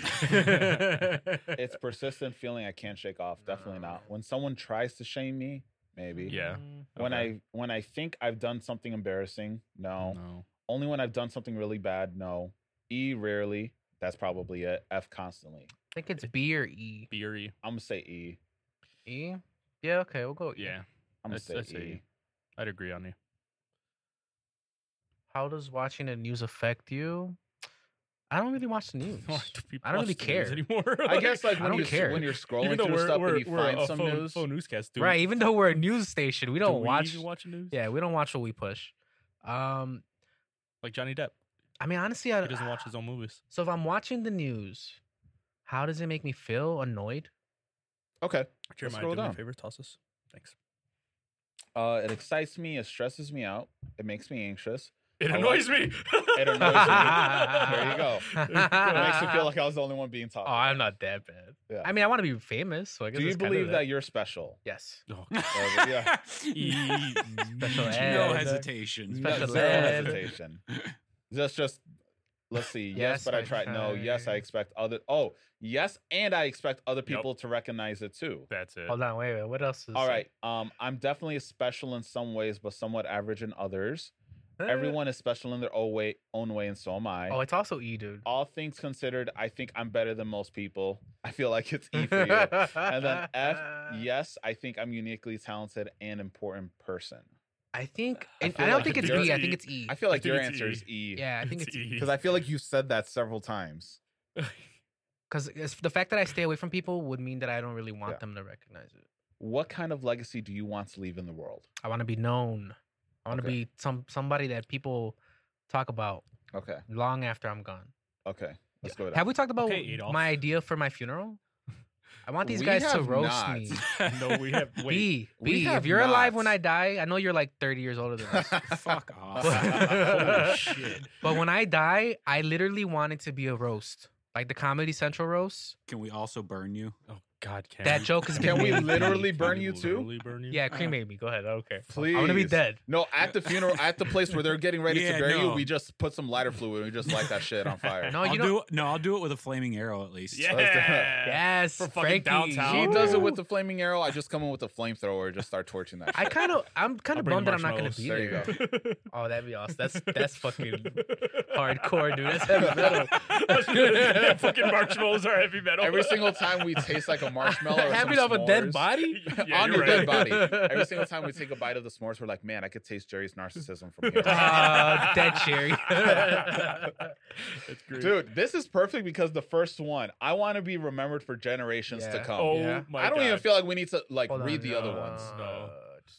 A: it's persistent feeling I can't shake off. Definitely
D: No.
A: not. When someone tries to shame me, maybe.
C: Yeah.
D: Mm,
A: When
C: Okay.
A: I when I think I've done something embarrassing, no. Only when I've done something really bad, no. E rarely. That's probably it. F constantly.
D: I think it's B or E.
C: Beery.
A: I'm gonna say E.
D: E. Yeah. Okay, we'll go. E.
C: Yeah.
A: I'm gonna
C: I'd-
A: say
C: I'd say
A: E.
C: E. I'd agree on you.
D: How does watching the news affect you? I don't really watch the news.
C: people
D: I don't
C: watch
D: really
C: the news
D: care.
C: anymore.
A: I guess like
D: I
A: when
D: don't
A: you
D: care.
A: when you're scrolling
C: even though
A: through
C: we're,
A: stuff
C: we're,
A: and you
C: we're
A: find
C: a
A: some
C: phone,
A: news,
C: phone newscast, dude.
D: right, even though we're a news station, we
C: do
D: don't
C: we
D: watch.
C: even watch the news.
D: Yeah, we don't watch what we push. Um,
C: like Johnny Depp,
D: I mean, honestly, I
C: he doesn't watch his own movies.
D: So if I'm watching the news, how does it make me feel? Annoyed?
A: okay,
C: Jeremiah,
A: scroll
C: do me a
A: down.
C: favor, toss us. Thanks.
A: uh, it excites me, it stresses me out, it makes me anxious.
C: It
A: I
C: annoys me.
A: It annoys me. There you go. It makes me feel like I was the only one being
D: Ah. Oh,
A: talked.
D: I'm not that bad.
A: Yeah.
D: I mean, I want to be famous. So I guess
A: Do you
D: it's kinda
A: believe that. you're special?
D: Yes.
E: Oh,
A: Uh, yeah.
E: yeah. no
D: ed. uh,
E: hesitation.
A: No-
D: Special
A: Zero
D: ed.
A: hesitation. That's just let's see. Yes,
D: Yes,
A: but I
D: my
A: tried. No, yes, I
D: child.
A: expect other. Oh, yes, and I expect other people to recognize it too.
C: That's it.
D: Hold on, wait, wait. What else is
A: All right. Um, I'm definitely special in some ways, but somewhat average in others. Everyone is special in their own way, own way, and so am I.
D: Uh. Oh, it's also E, dude.
A: All things considered, I think I'm better than most people. I feel like it's E for you. and then F, yes, I think I'm uniquely talented and important person.
D: I think
A: I
D: and I,
A: feel
D: don't
A: like
D: think it's
A: you're-
D: B. I think it's E.
A: I feel like
C: think
A: your
C: it's
A: answer
C: E.
A: is E.
D: yeah, I think it's E.
A: Because I feel like you've said that several times.
D: Because the fact that I stay away from people would mean that I don't really want
A: Yeah.
D: them to recognize it.
A: What kind of legacy do you want to leave in the world?
D: I want to be known. I want to
A: Okay.
D: be some somebody that people talk about
A: Okay.
D: long after I'm gone.
A: Okay. Let's go with that.
D: Have we talked about
C: Okay, Adolf.
D: my idea for my funeral? I want these
A: We
D: guys to
A: have
D: roast
A: not.
D: me.
C: no, we have wait.
D: B,
A: we
D: B,
A: have
D: if you're alive when
A: not.
D: I die, I know you're like 30 years older than us.
E: Fuck off.
D: Holy
E: shit.
D: but when I die, I literally want it to be a roast, like the Comedy Central roast.
E: Can we also burn you?
C: Oh God, can
D: That
C: we-
D: joke is
A: Can
D: gonna
A: we
D: be-
A: literally
C: can
A: burn
C: we
A: you too?
C: literally burn you?
D: Yeah, cremate me. Go ahead. Okay.
A: Please.
D: I'm gonna be dead.
A: No, at the funeral, at the place where they're getting ready
E: Yeah,
A: to bury you,
E: no.
A: we just put some lighter fluid and we just light that shit on fire.
D: No,
E: I'll
D: Oh, you don't.
E: do it. No, I'll do it with a flaming arrow at least.
C: Yeah.
A: Let's do it.
D: Yes,
C: For fucking
D: Frankie.
C: downtown.
A: He does it with
D: Ooh.
A: the flaming arrow. I just come in with a flamethrower and just start torching that shit.
D: I kind of. I'm kind
C: I'll
D: of
C: bring
D: bummed that I'm not gonna
C: marshmallows.
D: be
A: There you
D: there.
A: go.
D: Oh, that'd be awesome. That's that's fucking hardcore, dude. That's heavy metal.
C: yeah, fucking marshmallows are heavy metal.
A: Every single time we taste like a marshmallow or
D: Happy
A: some
D: to have a dead
A: s'mores-
D: body.
C: Yeah,
A: on your
C: you're
A: dead body.
C: right.
A: Every single time we take a bite of the s'mores, we're like, man, I could taste Jerry's narcissism from here. Ah,
D: Uh, dead cherry.
C: That's great.
A: Dude, this is perfect because the first one, I want to be remembered for generations to
D: Yeah.
A: come.
C: Oh
D: Yeah.
C: my
A: I don't even
C: God.
A: feel like we need to like
D: Hold
A: read
D: on,
A: the other ones.
C: No.
D: uh,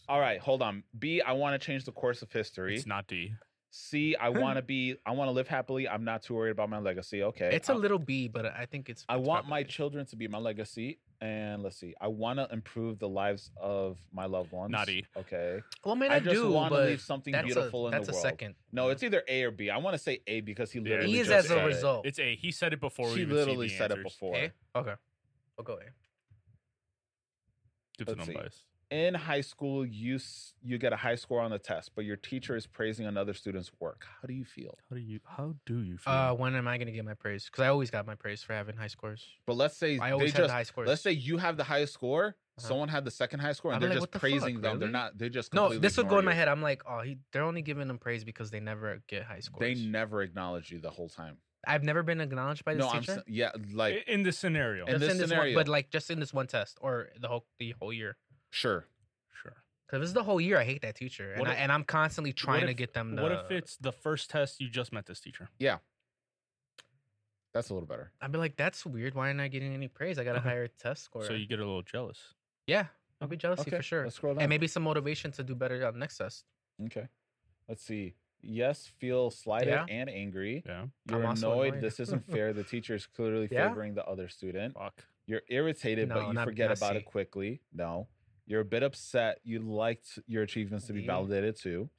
A: All right, hold on. B, I want to change the course of history.
C: It's not D.
A: C, I want to be, I want to live happily. I'm not too worried about my legacy. Okay,
D: It's a
A: I-
D: little B, but I think it's.
A: I
D: it's
A: want my
D: probably-
A: children to be my legacy. And let's see, I want to improve the lives of my loved ones.
C: Not E.
A: Okay.
D: Well, man, I,
A: I, just
D: do,
A: want to
D: but
A: leave something
D: that's
A: beautiful
D: a,
A: in
D: that's
A: the
D: a
A: world.
D: second.
A: No, it's either A or B. I want to say A because he
C: Yeah.
A: literally
D: E is
A: just
D: as
A: said
D: a
A: it.
D: result.
C: It's A. He said it before we
A: She
C: even
A: literally
C: seen the
A: said it
C: answers.
A: before.
D: A? Okay. I'll go A.
C: Gives an
A: Let's see.
C: unbiased.
A: In high school, you s- you get a high score on the test, but your teacher is praising another student's work. How do you feel?
C: How do you? How do you feel?
D: Uh, when am I gonna get my praise? Because I always got my praise for having high scores.
A: But let's say
D: I
A: they
D: always had the
A: just
D: high scores.
A: let's say you have the highest score,
D: Uh-huh.
A: someone had the second highest score,
D: I'd
A: and
D: be
A: they're
D: like,
A: just
D: "What the
A: praising
D: fuck,
A: them. They're
D: really?"
A: not. They're just
D: no,
A: completely
D: this would go
A: ignore
D: in my
A: you.
D: head. I'm like, oh, he, they're only giving them praise because they never get high scores.
A: They never acknowledge you the whole time.
D: I've never been acknowledged by this
A: No, I'm
D: teacher.
A: s- yeah, like
C: I- in this scenario,
A: in
D: Just
A: this
D: one, but
A: scenario.
D: like just in this one test or the whole the whole year.
A: sure.
C: sure.
D: Because this is the whole year. I hate that teacher, and
C: What
D: I,
C: if-
D: and I'm constantly trying to
C: if-
D: get them. To,
C: What if it's the first test you just met this teacher?
A: That's a little better.
D: I'd be like, that's weird. Why am I getting any praise? I got a
C: Okay.
D: higher test score.
C: So you get a little jealous.
D: yeah, I'll be jealousy
A: Okay,
D: for sure,
A: Let's scroll down.
D: and maybe some motivation to do better on the next test.
A: Okay. Let's see. Yes, feel slighted
D: Yeah.
A: and angry. You're
C: Yeah.
D: I'm
A: annoyed.
D: also annoyed.
A: This isn't fair. The teacher is clearly
D: Yeah?
A: favoring the other student.
C: Fuck.
A: You're irritated,
D: No,
A: but you
D: not-
A: forget
D: not
A: about
D: C.
A: it quickly. No. You're a bit upset. You liked your achievements to be
D: D.
A: validated too.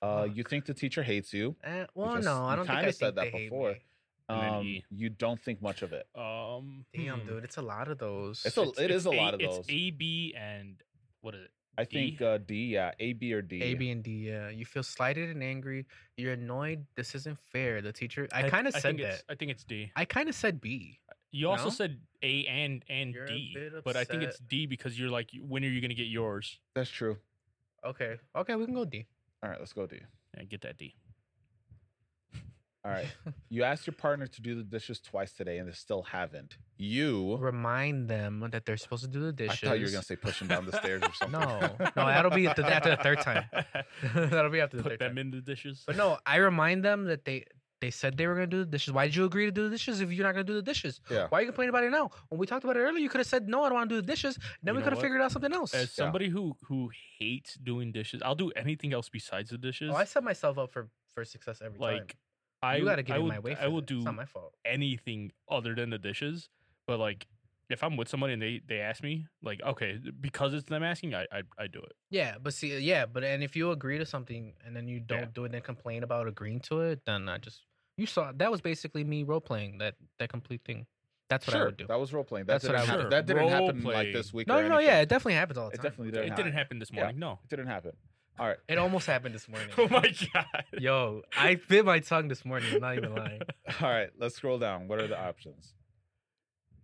A: Uh, you
D: Fuck.
A: think the teacher hates you.
D: Eh, well,
A: just-
D: no, I
A: you
D: don't think I
A: kinda
D: think
A: said that
D: they hate
A: before.
D: me.
C: And then
A: Um,
C: E.
A: you don't think much of it.
C: Um.
D: Damn,
C: hmm.
D: dude, it's a lot of those.
A: It's a, it's, a, lot of
C: It's
A: those. I
C: A, B, and what is it?
A: think
C: D?
A: uh, D, yeah, A, B, or D.
D: A, B, and D. Yeah, you feel slighted and angry. You're annoyed. This isn't fair. The teacher. I
C: th-
D: kind of
C: think
D: said
C: it's-
D: that.
C: I think it's D.
D: I kind of said B.
C: You also
D: No?
C: said A and and
D: You're a
C: D,
D: bit
C: but I think it's
D: upset.
C: D because you're like, when are you gonna get yours?
A: That's true.
D: Okay. Okay, we can go D.
A: All right, let's go D.
C: Yeah, get that D.
A: All right. you asked your partner to do the dishes twice today and they still haven't. You.
D: Remind them that they're supposed to do the dishes.
A: I thought you were gonna say push him down the stairs or something.
D: No, no, that'll be at the- after the third time. That'll be after the
C: Put
D: third
C: them
D: time.
C: in the dishes.
D: But no, I remind them that they They said they were gonna do the dishes. Why did you agree to do the dishes if you're not gonna do the dishes?
A: Yeah.
D: Why are you complaining about it now? When we talked about it earlier, you could have said no, I don't want to do the dishes. Then
C: You
D: we
C: know
D: could have
C: what?
D: figured out something else.
C: As somebody who who hates doing dishes, I'll do anything else besides the dishes.
D: Oh, I set myself up for for success every time.
C: like I
D: you
C: w-
D: gotta get
C: I
D: in
C: would,
D: my way. For
C: I will
D: that.
C: do
D: It's not my fault.
C: anything other than the dishes. But like if I'm with somebody and they they ask me, like okay, because it's them asking, I I, I do it.
D: Yeah, but see, yeah, but and if you agree to something and then you don't do it, then complain about agreeing to it, then I just you saw that was basically me role playing that that complete thing. That's what I
A: sure,
D: would do.
A: that was role playing. That
D: That's
A: didn't
D: what I would
A: happen.
C: do.
A: That didn't happen like
C: Role-playing.
A: this week.
D: no,
A: or
D: no, no,
A: anything.
D: yeah, it definitely happens all the
A: It
D: time.
A: definitely
C: it
A: didn't.
C: didn't
A: happen.
C: happen this
A: Yeah.
C: morning. No.
A: It didn't happen. All right.
D: It almost happened this morning.
C: Oh my god.
D: Yo, I bit my tongue this morning. I'm not even lying.
A: All right. Let's scroll down. What are the options?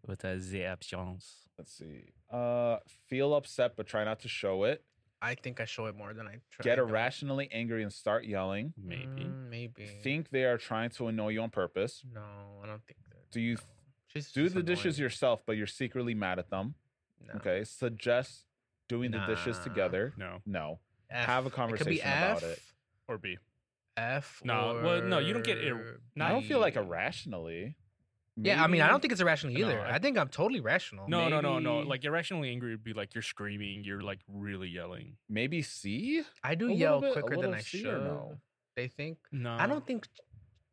C: What are the options?
A: Let's see. Uh, feel upset but try not to show it.
D: I think I show it more than I try.
A: Get
D: to.
A: irrationally angry and start yelling.
C: Maybe.
D: Mm, maybe.
A: Think they are trying to annoy you on purpose.
D: No, I don't think that.
A: Do you
D: no. She's
A: Do
D: just
A: the dishes
D: annoying.
A: yourself, but you're secretly mad at them.
D: No.
A: Okay. Suggest doing the dishes
D: Nah.
A: together.
C: No.
A: No.
D: F.
A: Have a
D: It could be
A: conversation about
D: F,
A: it.
C: Or B.
D: F.
C: No, well, no, you don't get ir-
D: or
A: I don't feel like
C: Nah.
A: irrationally.
D: Yeah, I mean, I
A: Maybe-
D: don't think it's irrational
C: No,
D: either.
C: I-
D: I, think I'm totally rational.
C: No, no, no, no.
A: maybe-
C: Like irrationally angry would be like you're screaming, you're like really yelling.
A: Maybe C.
D: I
A: a
D: do
A: little
D: yell
A: bit- a
D: quicker than
A: little
D: I
A: C
D: should.
A: or no? Um,
D: They think
C: No.
D: I don't think.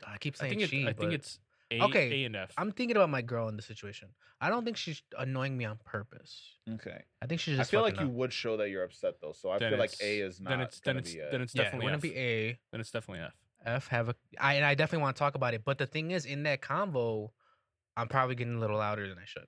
D: I keep
C: I
D: saying
C: think, it,
D: she.
C: I think
D: but
C: it's A,
D: Okay,
C: A and F.
D: I'm thinking about my girl in this situation. I don't think she's annoying me on purpose.
A: Okay.
D: I think she's
A: I
D: just.
A: feel like
D: fucking
A: you would show that you're upset though, so I
C: Then
A: feel like
C: it's-
A: A is not.
C: then it's then
A: gonna
C: it's
A: be it.
C: then
D: up.
C: it's
D: Yeah, it
C: definitely
D: wouldn't
C: F.
D: be A.
C: then it's definitely F.
D: F have a I and I definitely want to talk about it. But the thing is, in that convo, I'm probably getting a little louder than I should.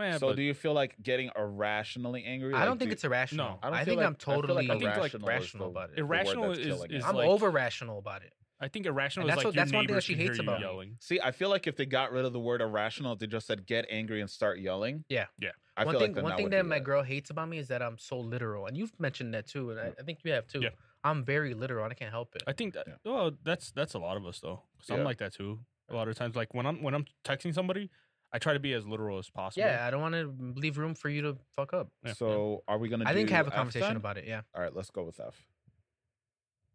C: Yeah,
A: so
C: but-
A: do you feel like getting irrationally angry?
D: I
A: Like,
D: don't think
A: do-
D: it's irrational.
C: no,
A: I
D: I,
A: don't feel
D: think
A: like-
D: I'm
A: I feel like
D: totally
A: irrational
C: I
A: is
D: rational,
A: the-
D: about it.
A: the word
C: Irrational
A: that's
C: is-
A: killing
C: is
A: it.
D: I'm
C: like-
D: over rational about it.
C: I think irrational
D: And
C: is
D: that's
C: like
D: what-
C: your
D: that's one thing that
C: neighbors
D: she
C: can hear
D: hates
C: you
D: about me.
C: yelling.
A: See, I feel like if they got rid of the word irrational, if they just said get angry and start yelling.
D: Yeah.
C: Yeah.
A: I
D: one
A: feel
D: thing,
A: like then
D: one
A: that
D: thing
A: would
D: that
A: be
D: my
A: it.
D: girl hates about me is that I'm so literal, and you've mentioned that too, and I, I think you have too.
C: Yeah.
D: I'm very literal, and I can't help it.
C: I think that,
A: Yeah.
C: well, that's that's a lot of us though. 'cause
A: Yeah.
C: I'm like that too. A lot of times, like when I'm when I'm texting somebody, I try to be as literal as possible.
D: yeah, I don't want to leave room for you to fuck up.
C: Yeah.
A: So are we gonna?
D: I think
A: do
D: have a
A: F
D: conversation
A: then?
D: about it. Yeah,
A: All right, let's go with F.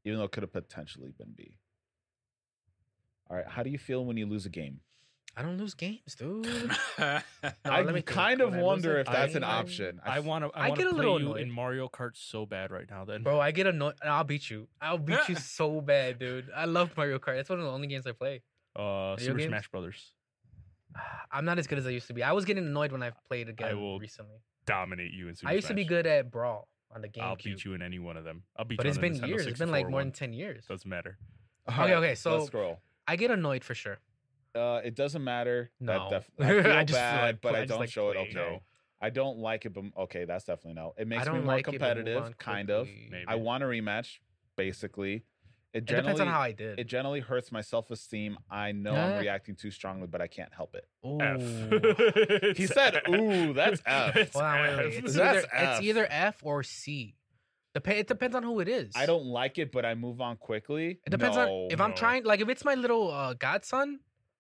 A: Even though it could have potentially been B. All right, how do you feel when you lose a game?
D: I don't lose games, dude. No,
A: I
D: Oh, let me think.
A: kind of
D: When I lose
A: wonder
D: a
A: if that's an
D: game,
A: option.
C: I want to. I,
D: I
C: want
D: get
C: to
D: a
C: play
D: little
C: you
D: annoyed.
C: in Mario Kart so bad right now. Then,
D: Bro, I get annoyed. and I'll beat you. I'll beat you so bad, dude. I love Mario Kart. That's one of the only games I play.
C: uh,
D: video
C: Super
D: games?
C: Smash Brothers
D: I'm not as good as I used to be. I was getting annoyed when I played again
C: will
D: recently.
C: dominate you in Super
D: I used to be
C: Smash.
D: good at Brawl on the GameCube.
C: I'll beat you in any one of them. I'll beat
D: But
C: you.
D: it's
C: on the
D: been
C: Nintendo
D: years. It's been like
C: 64
D: more than
C: one.
D: 10 years.
C: Doesn't matter.
A: All
D: okay, okay, so-
A: let's scroll.
D: I get annoyed for sure.
A: Uh, it doesn't matter. That
D: No.
A: def- I feel
D: I just feel
A: bad,
D: like
A: but
D: pla-
A: I,
D: I just
A: don't
D: like
A: show it.
D: playing.
A: Okay, I don't like it, but okay, that's definitely no. It
D: I
A: makes me
D: don't
A: more
D: like it, but move
A: competitive,
D: on
A: kind of.
D: quickly.
C: Maybe.
A: I want a rematch, basically. It
D: It
A: generally
D: depends on how I did.
A: it generally hurts my self esteem. I know
D: Nah.
A: I'm reacting too strongly, but I can't help it.
D: Ooh.
C: F.
A: He
C: It's
A: said,
C: F.
A: "Ooh, that's F."
C: It's
D: Hold on, wait, wait,
C: F.
D: It's,
A: That's
D: either, it's
A: F.
D: either F or C. Dep- it depends on who it is.
A: I don't like it, but I move on quickly.
D: It depends
A: No,
D: on if I'm
C: no.
D: trying. Like if it's my little uh, godson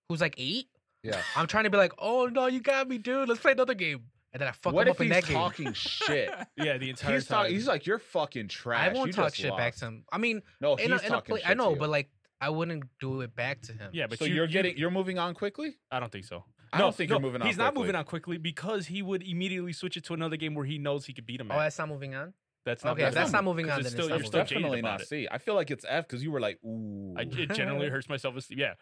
D: who's like eight.
A: Yeah.
D: I'm trying to be like, oh no, you got me, dude. Let's play another game. And then I fuck
A: what
D: him
A: if
D: up in
A: he's
D: that game.
A: talking shit?
C: Yeah, the entire
A: He's
C: time.
A: talking. He's like, "You're fucking trash."
D: I won't
A: you
D: talk
A: just
D: shit back
A: lost."
D: to him. I mean,
A: No, he's
D: in a, in a
A: talking
D: play,
A: shit
D: I
A: to
D: know,
A: you.
D: but like, I wouldn't do it back to him.
C: yeah, but
A: so
C: you,
A: you, are
C: you-
A: getting you're moving on quickly.
C: I don't think so.
A: I don't think you're moving on
C: He's not moving
A: quickly.
C: on quickly because he would immediately switch it to another game where he knows he could beat him.
D: Oh,
C: at.
D: that's not moving on.
C: that's not
D: okay,
A: that's
D: that's
A: not
D: not moving
C: 'cause
D: on. Then it's
C: it's still-
D: not
C: you're
A: That's
C: still
D: moving on.
C: jaded
A: definitely
C: about
A: not
C: it.
A: C. I feel like it's F because you were like, "Ooh."
C: I, it generally hurts my self esteem. Yeah,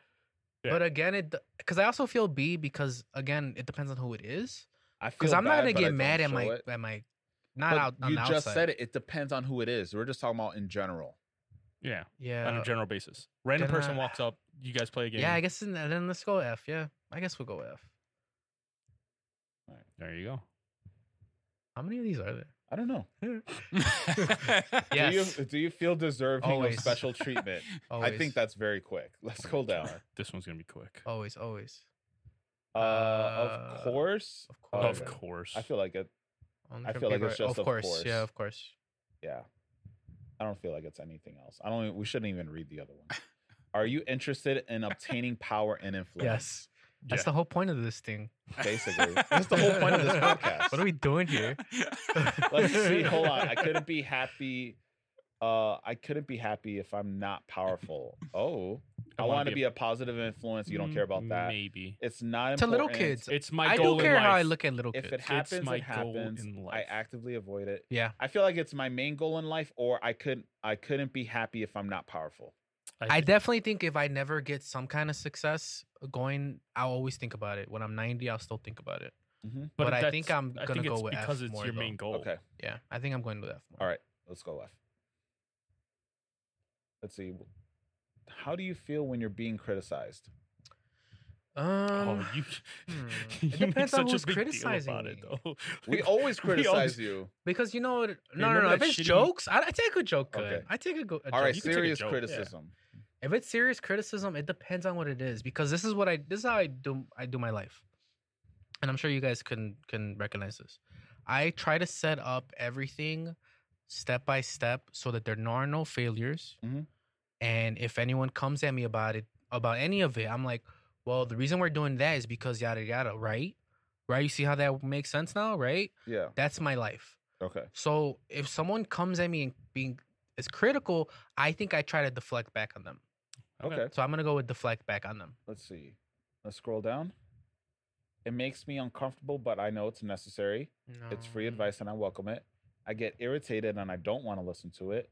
C: Yeah.
D: But again, it because I also feel B because again, it depends on who it is.
A: I
D: Because
A: feel
D: I'm not
A: bad,
D: gonna
A: but I
D: get
A: don't
D: mad at
A: show
D: my
A: it.
D: at my not
A: But
D: out. On
A: you
D: the
A: just
D: outside.
A: said it. It depends on who it is. We're just talking about in general.
C: yeah, on
D: Yeah.
C: a general basis. Random
D: then,
C: person
D: uh,
C: walks up. You guys play a game.
D: Yeah, I guess. And then let's go F. Yeah, I guess we'll go F.
C: there you go.
D: How many of these are there?
A: I don't know.
D: Yes.
A: Do you do you feel deserving
D: Always.
A: of special treatment?
D: always.
A: I think that's very quick. Let's go down.
C: This one's gonna be quick.
D: always, always.
A: Uh,
D: Uh,
A: of course.
D: of
A: Oh,
C: of
A: yeah.
C: course.
A: I feel like it.
D: Only
A: I
D: from
A: feel like
D: paper-
A: it's just
D: of
A: of
D: course. Yeah,
A: course.
D: of course.
A: Yeah. I don't feel like it's anything else. I don't. Even, we shouldn't even read the other one. Are you interested in obtaining power and influence?
D: Yes. That's the whole point of this thing.
A: Basically, that's the whole point of this podcast.
D: What are we doing here?
A: Let's see. Hold on. I couldn't be happy. Uh, I couldn't be happy if I'm not powerful. Oh, I want to be
C: a
A: a positive influence. You don't care about that.
C: Mm, Maybe
A: It's not
D: To
A: important.
D: little kids.
C: it's my
D: I
C: goal
D: don't care
C: in life.
D: how I look at little
A: If it
D: kids.
A: happens,
C: my
A: it
C: goal
A: happens.
C: in
A: I
C: life.
A: actively avoid it.
D: Yeah.
A: I feel like it's my main goal in life, or I couldn't. I couldn't be happy if I'm not powerful.
D: I
C: think-
D: definitely think if I never get some kind of success going, I'll always think about it. When I'm 90, I'll still think about it. but I
C: that's-
D: think I'm
C: I
D: gonna
C: think
D: go
C: it's
D: with F
C: because it's
D: more,
C: your
D: though.
C: main goal.
A: Okay,
D: Yeah, I think I'm going with F. more.
A: all right. Let's go left. Let's see. How do you feel when you're being criticized?
D: Um,
C: oh, you,
D: hmm.
C: you
D: It
C: make
D: depends on
C: such a
D: who's
C: big deal
D: criticizing
C: about it,
D: me.
C: though.
A: We
C: Like,
A: always
C: we always-
A: criticize you.
D: because you know, no, no,
C: remember
D: no. If
C: that
D: it's
C: shitty-
D: jokes, I, I take a joke. Good.
A: Okay.
D: I take a, go- a
A: All right,
D: joke.
C: can take a
A: serious
C: joke, yeah.
A: criticism.
D: If it's serious criticism, it depends on what it is because this is what I this is how I do I do my life, and I'm sure you guys can can recognize this. I try to set up everything step by step so that there are no failures,
A: Mhm.
D: and if anyone comes at me about it about any of it, I'm like, well, the reason we're doing that is because yada yada, right? Right? You see how that makes sense now, right?
A: Yeah.
D: That's my life.
A: Okay.
D: So if someone comes at me and being is critical, I think I try to deflect back on them.
C: Okay.
A: Okay.
D: So I'm gonna go with deflect back on them.
A: Let's see. Let's scroll down. It makes me uncomfortable, but I know it's necessary. It's
D: Mm.
A: free advice and I welcome it. I get irritated and I don't want to listen to it.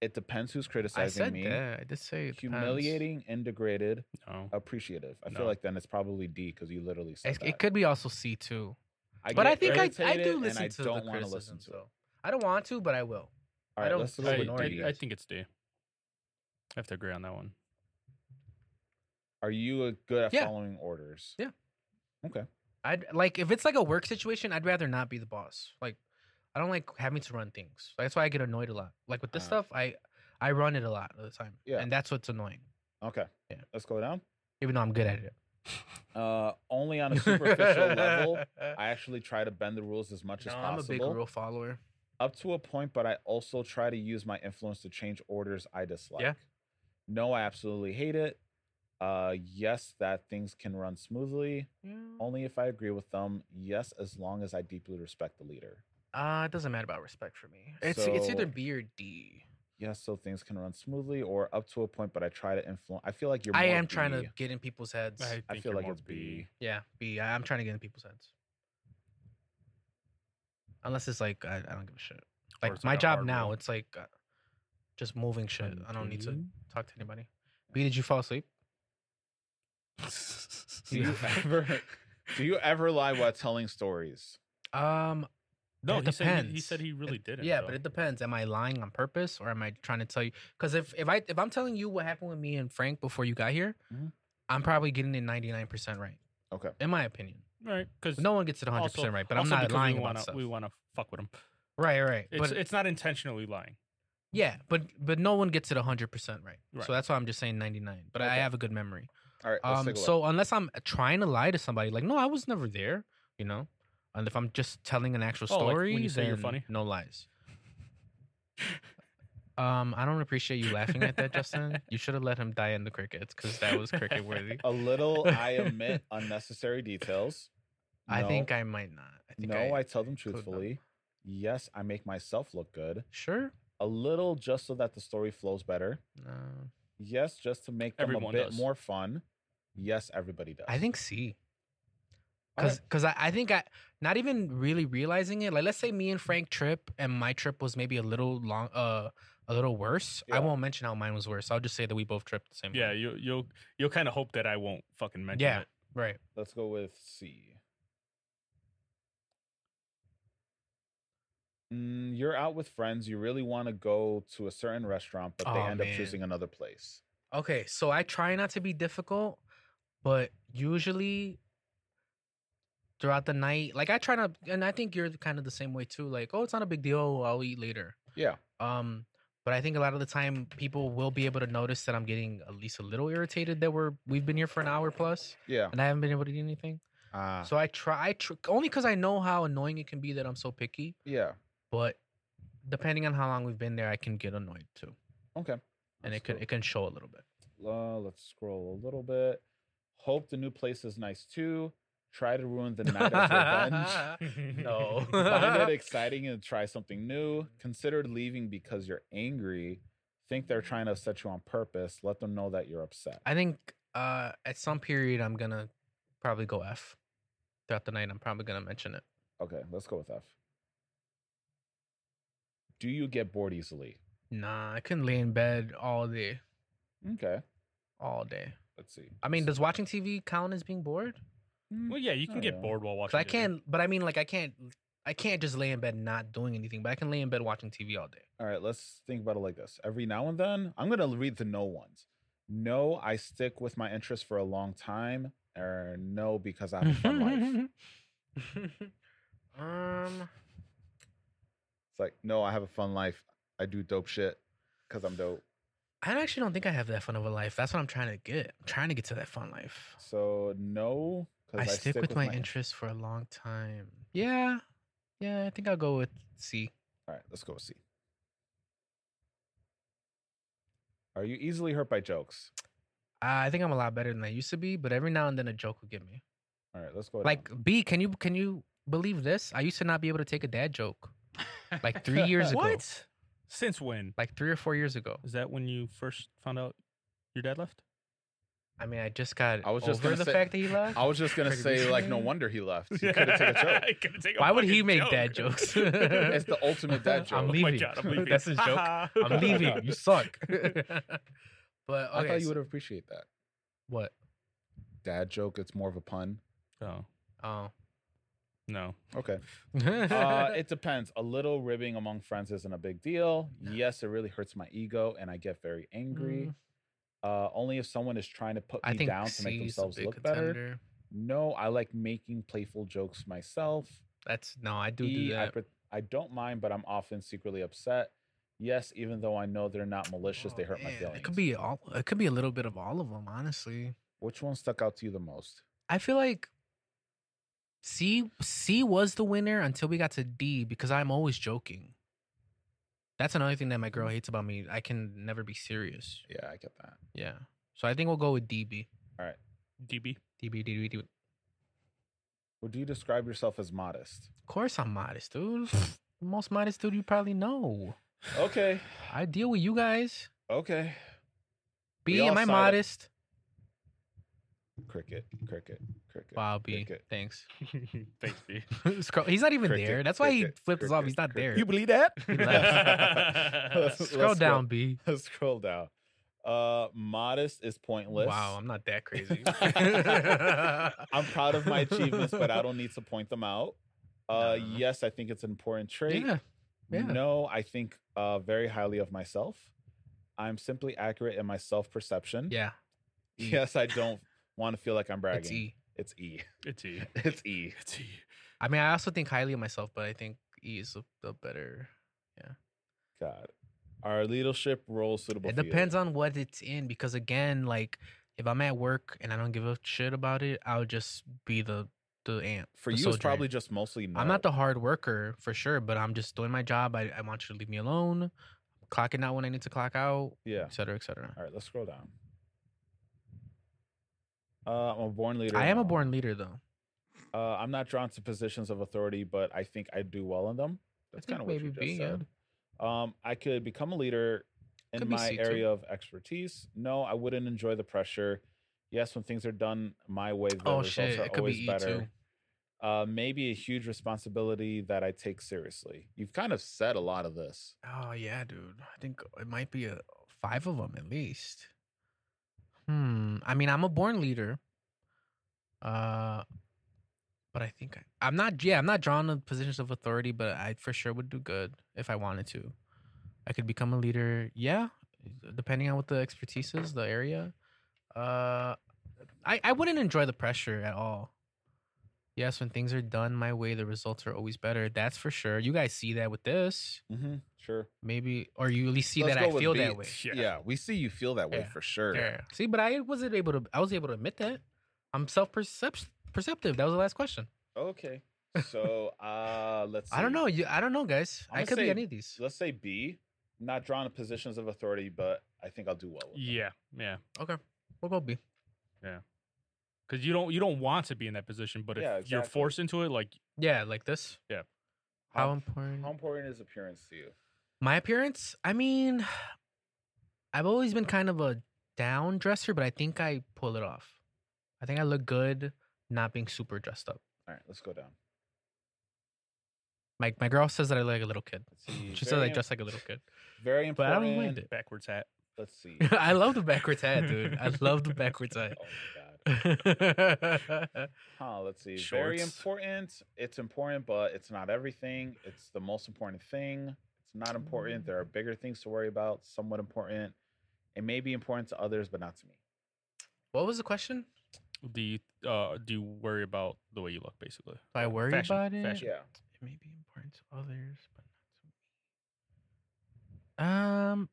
A: It depends who's
D: I
A: criticizing
D: said
A: me.
D: that. I did say it depends.
A: Humiliating and degraded,
C: No.
A: appreciative. I feel
C: No.
A: like then it's probably D because you literally said
D: It,
A: that.
D: it could be also C too.
A: I
D: but I
A: get
D: think I, I
A: irritated
D: do
A: and
D: listen to
A: don't
D: the
A: wanna
D: criticism. So I don't want to, but I will.
A: All
D: I
A: right,
D: don't
A: let's go
C: I,
A: with
D: ignore
A: D.
C: I,
D: you
C: I
D: guys.
C: think it's D. I have to agree on that one.
A: Are you a good at
D: Yeah.
A: following orders?
D: Yeah.
A: Okay.
D: I'd like if it's like a work situation, I'd rather not be the boss. Like I don't like having to run things. That's why I get annoyed a lot. Like with this
A: Ah.
D: stuff, I I run it a lot of the time.
A: Yeah.
D: And that's what's annoying.
A: Okay.
D: Yeah.
A: Let's go down.
D: Even though I'm good at it.
A: Uh, only on a superficial level. I actually try to bend the rules as much
D: No,
A: as
D: I'm a big
A: possible.
D: rule follower.
A: Up to a point, but I also try to use my influence to change orders I dislike.
D: Yeah.
A: No, I absolutely hate it. Uh, yes, that things can run smoothly. Only if I agree with them. Yes, as long as I deeply respect the leader.
D: Uh, it doesn't matter about respect for me. It's it's either
A: So-
D: B or D.
A: Yes, so things can run smoothly, or up to a point, but I try to influence. I feel like you're.
D: I
A: more
D: am trying to
A: B.
D: get in people's heads.
C: I,
A: I
C: think
A: feel
C: you're
A: like
C: more
A: it's B.
D: yeah, B. I, I'm trying to get in people's heads. Unless it's like I, I don't give a shit. Like
C: it's
D: my
C: like a
D: job
C: hard
D: now,
C: rule.
D: it's like uh, just moving shit. I don't need to
C: Continue.
D: talk to anybody. B, did you fall asleep?
A: Do you ever? Do you ever lie while telling stories?
D: Um,
C: no,
D: It
C: he said he, he
D: depends.
C: said he really
D: it-
C: didn't.
D: Yeah,
C: though.
D: but it depends. Am I lying on purpose or am I trying to tell you? Because if if I if I'm telling you what happened with me and Frank before you got here,
C: Mm-hmm.
A: Mhm.
D: I'm probably getting it 99 percent right,
A: Okay.
D: in my opinion.
C: right because
D: No one gets it 100 percent right, but I'm not lying
C: we
D: about
C: wanna,
D: stuff.
C: We want to fuck with him.
D: right, right.
C: It's
D: but
C: it's not intentionally lying.
D: yeah, but but no one gets it 100 percent right.
C: Right.
D: So that's why I'm just saying 99. But I
A: Okay.
D: have a good memory.
A: All right. Let's
D: Um,
A: take a look.
D: so unless I'm trying to lie to somebody, like no, I was never there, you know. And if I'm just telling an actual
C: Oh, like
D: story,
C: when you say
D: then
C: you're funny?
D: no lies. um, I don't appreciate you laughing at that, Justin. You should have let him die in the crickets because that was cricket worthy.
C: Oh,
A: a little i omit unnecessary details
D: I
A: No.
D: think I might not. I think
A: no I,
D: I,
A: tell them
D: could not.
A: truthfully yes i make myself look good
D: sure.
A: a little just so that the story flows better
D: No,
A: yes just to make them a
C: Everyone
A: bit
C: does.
A: more fun yes everybody does
D: I think C.
A: All right.
D: Cause, cause I, I think I not even really realizing it. Like, let's say me and Frank trip, and my trip was maybe a little long, uh, a little worse. I
A: Yeah.
D: won't mention how mine was worse. I'll just say that we both tripped the same.
C: Yeah,
D: way.
C: you you'll you'll kind of hope that I won't fucking mention
D: Yeah.
C: it.
D: right.
A: let's go with c Mm, you're out with friends you really want to go to a certain restaurant but they
D: Aw,
A: end up
D: Oh, man.
A: choosing another place
D: Okay, so I try not to be difficult, but usually throughout the night, like I try to, and I think you're kind of the same way too. Like, oh, it's not a big deal. I'll eat later.
A: yeah
D: Um, but I think a lot of the time people will be able to notice that I'm getting at least a little irritated that we're we've been here for an hour plus
A: yeah
D: and I haven't been able to do anything.
A: Ah,
D: So I try, I tr- only because I know how annoying it can be that I'm so picky.
A: yeah
D: But depending on how long we've been there, I can get annoyed too,
A: okay
D: and
A: Let's
D: it can
A: go-
D: it can show a little bit.
A: Uh, let's scroll a little bit. Hope the new place is nice too. Try to ruin the night as revenge.
D: no.
A: Find it exciting and try something new. Consider leaving because you're angry. think
D: Mm-hmm.
A: they're trying to upset you on purpose, let them know that you're upset.
D: I think uh, at some period I'm gonna probably go F. Throughout the night, I'm probably gonna mention it.
A: Okay, let's go with F. Do you get bored easily?
D: Nah, I couldn't lay in bed all day,
A: Okay,
D: all day.
A: let's see.
D: I mean, does watching TV count as being bored?
C: Well, yeah, you can
A: Oh, yeah.
C: get bored while watching.
D: Cause I
C: Disney.
D: can't. But I mean, like I can't. I can't just lay in bed not doing anything. But I can lay in bed watching TV all day.
A: All right, let's think about it like this. Every now and then, I'm gonna read the no ones. No, I stick with my interest for a long time, or no, because I have a fun life.
D: um,
A: It's like, no, I have a fun life. I do dope shit because I'm dope.
D: I actually don't think I have that fun of a life. That's what I'm trying to get. I'm trying to get to that fun life.
A: So no,
D: I stick, with, my, interests for a long time. Yeah, yeah. I think I'll go with C.
A: All right, let's go see. Are you easily hurt by jokes?
D: Uh, I think I'm a lot better than I used to be, but every now and then a joke will get me.
A: All right, let's go. down.
D: Like B, can you can you believe this? I used to not be able to take a dad joke. Like three years ago.
C: What? Since when?
D: Like three or four years ago.
C: Is that when you first found out your dad left?
D: I mean, I just got
A: I was just
D: over
A: gonna
D: the
A: say-
D: fact that he left.
A: I was just gonna
D: Pretty
A: say, like, no
D: recently.
A: wonder he left. He could have taken a joke.
C: Couldn't take a
D: Why would he
C: fucking
D: make
C: joke.
D: dad jokes?
A: It's the ultimate dad joke.
D: I'm
C: Oh my
D: leaving.
C: God, I'm leaving.
D: That's his joke. I'm leaving. You suck. but okay,
A: I thought you
D: so-
A: would appreciate that.
D: what?
A: Dad joke. It's more of a pun.
C: Oh
D: Oh.
C: no.
A: Okay. Uh, it depends. A little ribbing among friends isn't a big deal. Yes, it really hurts my ego, and I get very angry.
D: Mm,
A: Uh, only if someone is trying to put
D: I
A: me
D: think
A: down to make
D: C is a
A: themselves
D: big
A: look better.
D: contender.
A: No, I like making playful jokes myself.
D: That's no, I do
A: E,
D: do
A: I
D: that.
A: pre- I don't mind, but I'm often secretly upset. Yes, even though I know they're not malicious,
D: Oh,
A: they hurt my
D: man,
A: feelings.
D: It could be all. It could be a little bit of all of them, honestly.
A: Which one stuck out to you the most?
D: I feel like C C was the winner until we got to D because I'm always joking. That's another thing that my girl hates about me. I can never be serious.
A: Yeah, I get that.
D: Yeah. So I think we'll go with DB.
C: DB.
D: DB, DB, DB. Of
A: Would you describe yourself as modest?
D: course I'm modest, dude. The most modest dude you probably know.
A: Okay.
D: I deal with you guys.
A: Okay. We
D: B,
A: all
D: am
A: side
D: I
A: up.
D: modest?
A: Cricket, cricket, cricket.
D: Wow, B.
A: cricket,
D: Thanks.
C: Thanks, B.
D: Scroll. He's not even
A: Cricket,
D: there. That's why he
A: cricket,
D: flipped us off.
A: cricket,
D: He's not there.
A: cricket. You believe that?
C: left.
A: Let's-
D: Scroll
A: let's
D: down, B.
A: Let's scroll down. Uh, modest is pointless.
D: Wow, I'm not that crazy.
A: I'm proud of my achievements, but I don't need to point them out. Uh,
D: Nah.
A: yes, I think it's an important trait.
D: Yeah. yeah.
A: No, I think uh, very highly of myself. I'm simply accurate in my self perception.
D: Yeah. E.
A: Yes, I don't want to feel like I'm bragging.
D: It's E.
A: It's E.
C: It's E.
A: It's E.
C: It's E.
D: I mean, I also think highly of myself, but I think E is the, the better.
A: God. Our leadership role suitable.
D: it
A: for you.
D: depends on what it's in, because again, like if I'm at work and I don't give a shit about it, I'll just be the the ant.
A: For you,
D: the
A: it's
D: soldier.
A: probably just mostly. No.
D: I'm not the hard worker for sure, but I'm just doing my job. I, I want you to leave me alone, clocking out when I need to clock out,
A: Yeah.
D: et cetera, et cetera.
A: All right, let's scroll down. Uh, I'm a born leader.
D: I am a
A: no.
D: born leader, though.
A: Uh, I'm not drawn to positions of authority, but I think I do well in them. That's
D: think
A: kind of what you
D: maybe
A: just
D: B, yeah.
A: said. Um, I could become a leader in
D: Could be
A: my
D: C too.
A: area of expertise. No, I wouldn't enjoy the pressure. Yes, when things are done my way, the
D: Oh
A: results
D: shit,
A: are
D: it could
A: always
D: be E
A: better.
D: too.
A: Uh, maybe a huge responsibility that I take seriously. You've kind of said a lot of this.
D: Oh yeah, dude. I think it might be a, five of them at least. Hmm. I mean, I'm a born leader. Uh, but I think I, I'm not. Yeah, I'm not drawn to positions of authority, but I for sure would do good if I wanted to. I could become a leader. Yeah, depending on what the expertise is, the area. Uh, I I wouldn't enjoy the pressure at all. Yes, when things are done my way, the results are always better. That's for sure. You guys see that with this
A: Mm-hmm. Sure.
D: maybe or you at least see
A: Let's
D: that I
A: go with
D: feel
A: B.
D: that way.
A: Yeah. we see you feel that way
D: Yeah.
A: for sure.
D: Yeah. See, but I wasn't able to. I was able to admit that. I'm self perceptive. That was the last question.
A: Okay. So uh let's
D: I don't
A: see.
D: know. You, I don't know, guys.
A: I'm
D: i
A: gonna
D: could
A: say-
D: be any of these.
A: Let's say B. Not drawn to positions of authority, but I think I'll do well with
C: Yeah. Yeah.
D: Okay, we'll go B.
C: Because you don't you don't want to be in that position, but if
A: Yeah,
C: you're
A: exactly.
C: forced into it, like
D: Yeah, like this.
C: Yeah.
D: How
A: How-
D: important?
A: How important is appearance to you?
D: My appearance? I mean, I've always been kind of a down dresser, but I think I pull it off. I think I look good not being super dressed up.
A: All right, let's go down.
D: My my girl says that I look like a little kid.
A: Let's see.
D: She says
A: very
D: I
A: im-
D: dress like a little kid.
A: very
D: but I
A: important.
D: don't mind it.
C: Backwards hat.
A: Let's see.
D: I love the backwards hat, dude. I love the backwards hat.
A: Oh my god.
D: yeah,
A: Huh, let's see. Very
C: Shorts.
A: important. It's important, but it's not everything. It's the most important thing. It's not important. There are bigger things to worry about, somewhat important. It may be important to others, but not to me.
D: what was the question?
C: Do you uh do you worry about the way you look basically?
D: Do I worry
C: Fashion,
D: about it?
C: fashion.
A: Yeah.
D: It may be important to others, but not to me. Um,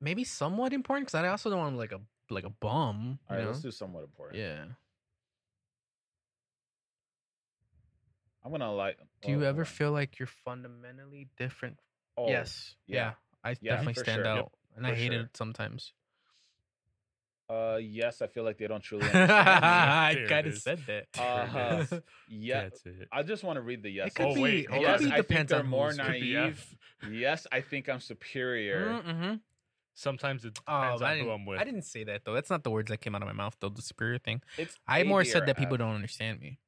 D: maybe somewhat important because I also don't want to like a like a bum.
A: All
D: You
A: right,
D: know?
A: let's do somewhat important.
D: yeah.
A: I'm gonna like.
D: Do you
A: well,
D: ever
A: hold on.
D: feel like you're fundamentally different?
A: Oh,
B: yes.
A: Yeah.
D: I
A: Yeah,
D: definitely
A: for
D: stand
A: sure.
D: out,
A: Yep,
D: and I
A: for
D: hate
A: sure.
D: it sometimes.
A: Uh, yes, I feel like they don't truly understand. me.
D: I
C: There it
D: kind of
C: is.
D: said that.
A: Uh-huh.
C: Yes.
A: yeah.
C: That's it.
A: I just want to read the yes.
D: It could
C: Oh,
D: be.
C: wait,
D: it
C: hold
D: could
C: on.
D: be
A: Yes, I think
D: depends
A: they're
D: on
A: more
D: who's-
C: Could be
A: naive.
C: F.
A: Yes, I think I'm superior.
D: Mm-hmm.
C: Sometimes it
D: Oh,
C: depends
D: but I
C: on who
D: didn't-
C: I'm with.
D: I didn't say that though. That's not the words that came out of my mouth though. The superior thing.
A: It's
D: I more
A: AD or
D: said that people
A: F.
D: don't understand me.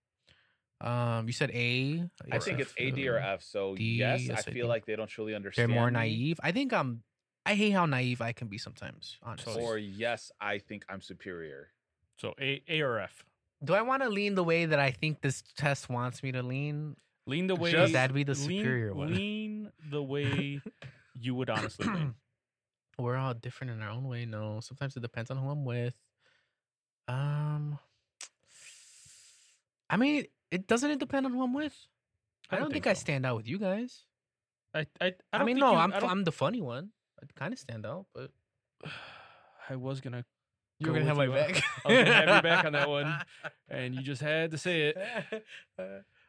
D: Um, you said A.
A: I
D: or
A: think it's
D: F,
A: AD or
D: uh,
A: F. So
D: D,
A: yes, I
D: yes, I
A: feel
D: think.
A: like they don't truly understand.
D: They're more
A: me.
D: naive. I think I'm. I hate how naive I can be sometimes. Honestly,
A: Or yes, I think I'm superior.
C: So A A or F.
D: do I want to lean the way that I think this test wants me to lean?
C: Lean the way
D: Just- That'd be the
C: lean-
D: superior one.
C: Lean the way you would honestly lean.
D: We're all different in our own way. No, sometimes it depends on who I'm with. Um, I mean, it doesn't. It depend on who I'm with. I don't, think, I
C: so.
D: stand out with you guys.
C: I I, I,
D: I,
C: don't
D: mean,
C: think
D: no,
C: you-
D: I'm
C: I don't-
D: I'm the funny one. I kind of stand out, but
C: I was gonna
D: you're
C: Go
D: gonna have
C: with
D: my
C: you.
D: back.
C: I was gonna have your back on that one, and you just had to say it.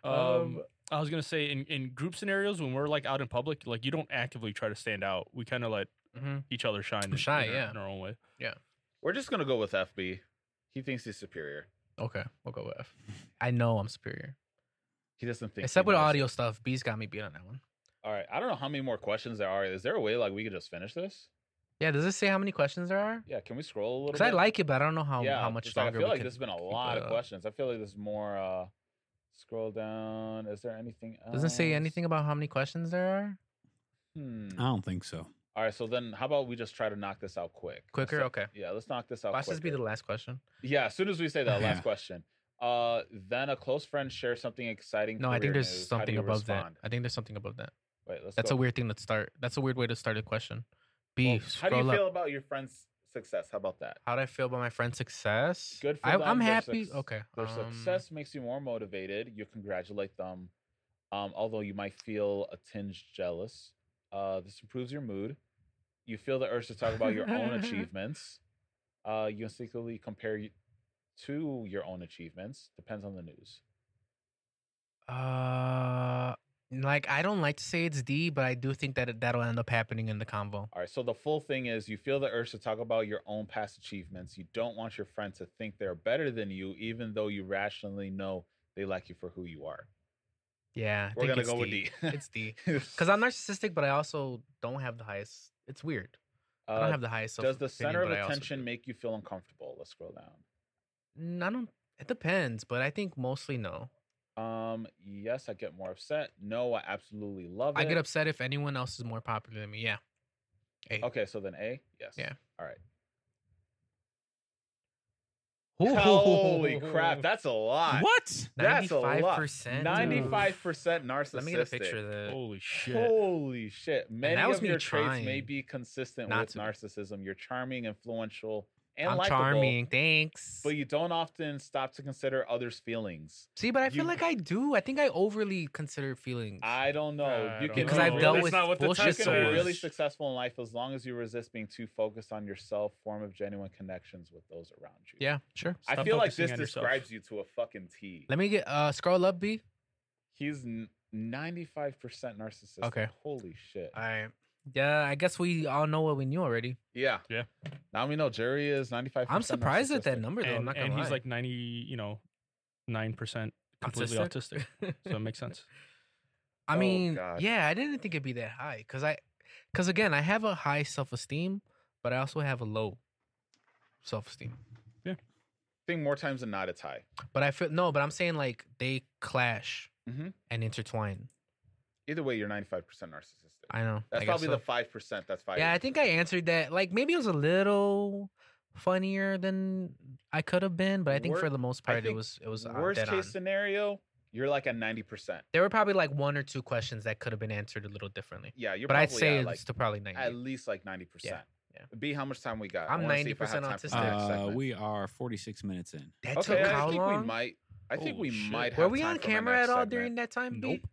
C: Um,
D: Um,
C: I was gonna say in, in group scenarios when we're like out in public, like you don't actively try to stand out. We kind of let
D: Mhm.
C: each other shine. in-
D: Shy,
C: in our,
D: yeah.
C: in our own way.
A: We're just gonna go with FB. He thinks he's superior.
D: Okay, we'll go with F. I know I'm superior,
A: He doesn't think.
D: except
A: he
D: with
A: knows.
D: audio stuff. B's got me beat on that one.
A: All right. I don't know how many more questions there are. Is there a way like we could just finish this?
D: Yeah, does this say how many questions there are?
A: Yeah. Can we scroll a little?
D: Because
A: bit?
D: I like it, but I don't know how
A: yeah,
D: how much
A: it's like,
D: longer.
A: I feel
D: we
A: like
D: could
A: there's been a
D: keep
A: lot
D: it
A: of
D: up.
A: questions. I feel like there's more. uh Scroll down. Is there anything? Else?
D: Doesn't say anything Uh about how many questions there are.
A: Hmm.
E: I don't think so.
A: All right. So then, how about we just try to knock this out quick? Let's
D: Quicker,
A: not-
D: okay.
A: Yeah. Let's knock this out.
D: Watch this be
A: quicker.
D: the last question.
A: Yeah, as soon as we say that last
E: Yeah.
A: question, uh, then a close friend shares something exciting.
D: No, I
A: career
D: think there's
A: news. How do
D: something
A: you
D: above
A: respond?
D: that. I think there's something above that.
A: Wait, let's
D: That's
A: go.
D: a weird thing to start. That's a weird way to start a question. B,
A: Well, how
D: scroll
A: do you
D: up.
A: feel about your friend's success? How about that?
D: How do I feel about my friend's success?
A: Good for
D: I,
A: them.
D: I'm
A: Their
D: happy.
A: suc-
D: okay.
A: Their
D: um,
A: success makes you more motivated. You congratulate them, um, although you might feel a tinge jealous. Uh, this improves your mood. You feel the urge to talk about your own achievements. Uh, you instinctively compare y- to your own achievements. Depends on the news.
D: Uh, like I don't like to say it's D, but I do think that it, that'll end up happening in the convo.
A: All right. So the full thing is you feel the urge to talk about your own past achievements. You don't want your friend to think they're better than you, even though you rationally know they like you for who you are.
D: Yeah, I
A: We're gonna
D: it's
A: go with
D: D.
A: D.
D: it's D because I'm narcissistic, but I also don't have the highest. It's weird. I
A: Uh,
D: don't have the highest.
A: does the
D: self-opinion,
A: center of
D: but I also
A: attention
D: do.
A: make you feel uncomfortable? Let's scroll down.
D: Mm, I don't. It depends, but I think mostly no.
A: Um, yes, I get more upset. No, I absolutely love it.
D: I get upset if anyone else is more popular than me. Yeah. A.
A: Okay, so then A, yes.
D: Yeah.
A: All right. Holy
D: Holy
A: crap, that's a lot.
E: What?
A: That's a lot.
D: 95%, dude.
A: Ninety-five percent narcissistic.
D: Let me get a picture of that.
C: Holy shit!
A: Holy shit. Many
D: that was
A: of
D: me
A: your traits may
D: trying
A: be consistent
D: not
A: with
D: to be.
A: narcissism. You're charming, influential, and
D: I'm
A: likable,
D: charming. Thanks.
A: but you don't often stop to consider others' feelings.
D: See, but I feel
A: you-
D: like I do. I think I overly consider feelings.
A: I don't know.
C: I
A: you
C: don't
A: can
D: because
A: be
D: I've
A: really-
D: dealt
C: That's
D: with
C: not what the
A: you
D: bullshit
C: test
A: can
D: so
A: be
C: is.
A: really
D: much.
A: successful in life as long as you resist being too focused on yourself, form of genuine connections with those around you.
D: Yeah, sure.
A: I
C: Stop
A: feel like
C: focusing
A: this
C: on yourself.
A: describes you to a fucking T.
D: Let me get uh scroll up B.
A: He's n- 95% narcissistic.
D: Okay.
A: Holy shit.
D: All right. Yeah, I guess we all know what we knew already.
A: yeah.
C: Yeah.
A: Now we know Jerry is 95
D: I'm surprised at that number though. I'm
C: and,
D: not gonna
C: and he's
D: lie.
C: like ninety, you know, nine percent completely autistic. so it makes sense.
D: I
A: Oh,
D: mean,
A: God.
D: yeah, I didn't think it'd be that high because I, because again, I have a high self esteem, but I also have a low self esteem.
A: think more times than not, it's high.
D: But I feel no, but I'm saying like they clash
A: Mhm.
D: and intertwine.
A: Either way, you're 95% narcissistic.
D: I know.
A: That's
D: I guess
A: probably
D: so.
A: the 5%. That's 5
D: Yeah, I think I answered that. Like maybe it was a little funnier than I could have been, but I think
A: Wor-
D: for the most
A: I
D: part it
A: think
D: was it was uh,
A: Worst
D: dead
A: case
D: on.
A: scenario, you're like at 90%.
D: There were probably like one or two questions that could have been answered a little differently.
A: Yeah, you're
D: But
A: probably
D: I'd say
A: at
D: it's
A: like
D: to probably 90.
A: at least like 90%.
D: Yeah, yeah.
A: B, how much time we got? I
D: I'm
A: wanna see if I
D: 90%
A: have time for the next
E: Uh,
A: segment.
E: we are 46 minutes in.
D: that
A: okay,
D: took
A: I
D: how
A: think
D: long?
A: we might. I think
C: Oh,
A: we
C: shit.
A: might.
D: were
A: have
D: we
A: time
D: on
A: for my
D: camera
A: next
D: at all
A: segment.
D: during that time? B?
E: Nope.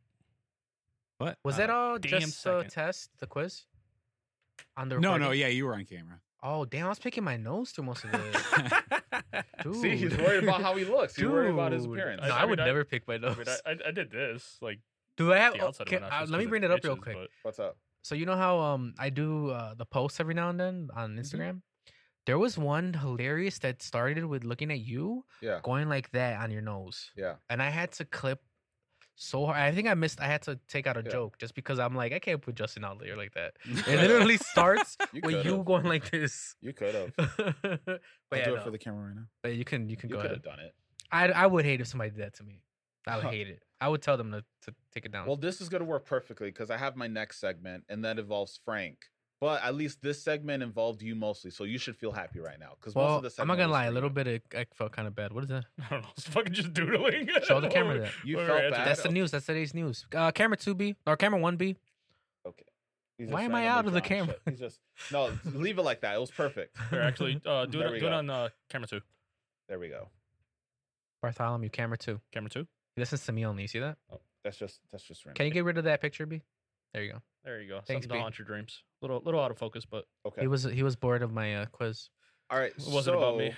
E: What?
D: Was
E: Uh,
D: that all
C: damn
D: just a
C: second.
D: test, the quiz? On the
E: No, no,
D: recording?
E: yeah, you were on camera.
D: Oh damn, I was picking my nose through most of it. Dude.
A: See, he's worried about how he looks. He's worried about his
D: Dude.
A: appearance.
D: No, I,
C: I
D: would
C: mean, I-
D: never pick my
C: I,
D: nose.
C: mean, I, I- I did this like
D: Do I have?
C: the
D: oh,
C: outside
D: can-
C: of my
D: uh,
C: nostrils
D: let me
C: 'cause
D: bring it up real
C: itches,
D: quick.
C: but-
A: What's up?
D: So you know how um I do uh, the posts every now and then
A: Mm-hmm.
D: on Instagram. There was one hilarious that started with looking at you
A: Yeah,
D: going like that on your nose,
A: yeah.
D: and I had to clip so hard. I think I missed. I had to take out a
A: Yeah.
D: joke just because I'm like I can't put Justin out there like that. It
A: Yeah.
D: literally starts
A: You
D: with
A: could
D: you
A: have.
D: going like this.
A: You could have.
D: but yeah,
E: do
D: no.
E: it for the camera right now.
D: But you can you can
A: You
D: go
A: could
D: ahead.
A: have done it.
D: I I would hate if somebody did that to me. I would
A: Huh.
D: hate it. I would tell them to, to take it down.
A: Well, this is going to work perfectly because I have my next segment, and that involves Frank. But at least this segment involved you mostly, so you should feel happy right now. Because most
D: Well,
A: of the
D: I'm
A: segment
D: not gonna
A: was
D: lie,
A: for
D: a
A: you.
D: little bit of, I felt kind of bad. What is that?
C: I don't know. It's fucking just doodling. I
D: Show
C: don't
D: the
C: know
D: camera
C: what-
D: that.
A: You
C: what we're
A: felt
C: answering.
A: bad.
D: That's the
A: Adam.
D: news. That's today's news. Uh, camera two B or camera one B.
A: He's
D: Why
A: just
D: am I
A: randomly
D: out of the
A: drawing
D: camera?
A: shit. He's just no. Leave it like that. It was perfect.
C: Here, actually, uh, do
A: There
C: it,
A: we
C: do it
A: go.
C: on uh, camera two.
A: There we go.
D: Bartholomew, camera two.
C: Camera two.
D: He listens to me only. You see that?
A: Oh, That's just that's just random.
D: Can you get rid of that picture, B? There you go.
C: There you go.
D: Thanks,
C: Something to
D: B.
C: haunt your dreams. Little, little out of focus, but
A: Okay.
D: He was he was bored of my uh, quiz.
A: All right.
C: it wasn't about me.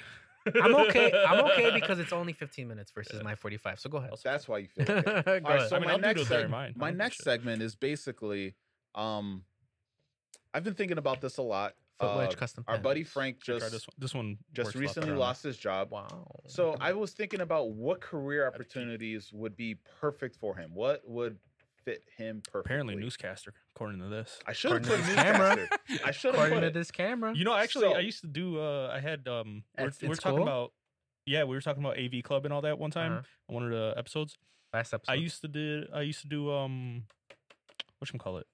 A: so
D: I'm okay. I'm okay because it's only 15 minutes versus my 45. So go ahead.
A: That's why you feel. Like that.
D: Go
A: All right.
D: ahead.
A: So
C: I mean,
A: my
C: I'll do
A: next
C: those during
A: seg-
C: mine. I
A: my
C: don't give a
A: next
C: shit.
A: segment is basically, um, I've been thinking about this a lot.
D: Foot wedge
A: Uh,
D: custom.
A: Our
D: pen.
A: buddy Frank
C: Try
A: just
C: this one. This one
A: just
C: works a lot better
A: recently
C: on
A: lost his job.
D: Wow.
A: So I was thinking about what career opportunities would be perfect for him. What would fit him perfectly?
C: Apparently, newscaster. According to this,
A: I should have
D: According
A: put
D: to this camera.
A: newscaster. I should have
D: According
A: put
D: to
A: it.
D: this camera.
C: you know, actually,
A: So-
C: I used to do. Uh, I had. Um, we're,
D: At-
C: we're
D: in
C: talking
D: school?
C: about. Yeah, we were talking about AV Club and all that one time
D: Uh-huh.
C: on one of the episodes.
D: Last episode.
C: I used to do. I used to do. Um, what call it?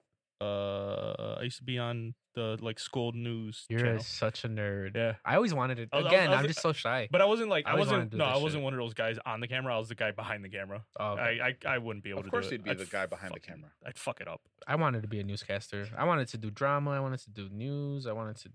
C: Uh, I used to be on the like school news.
D: You're
C: channel.
D: a- such a nerd.
C: Yeah.
D: I always wanted it.
C: I was- I was-
D: Again,
C: I was-
D: I'm just so shy.
C: But I wasn't like
D: I
C: I,
D: always wanted
C: wasn't
D: to do
C: no
D: that
C: I wasn't
D: shit.
C: one of those guys on the camera. I was the guy behind the camera.
D: Oh, okay.
C: I, I I wouldn't be able
A: Of
C: to.
A: course
C: do it.
A: you'd be
C: I'd
A: the guy behind the
C: fucking-
A: camera.
C: I'd fuck it up.
D: I wanted to be a newscaster. I wanted to do drama. I wanted to do news. I wanted to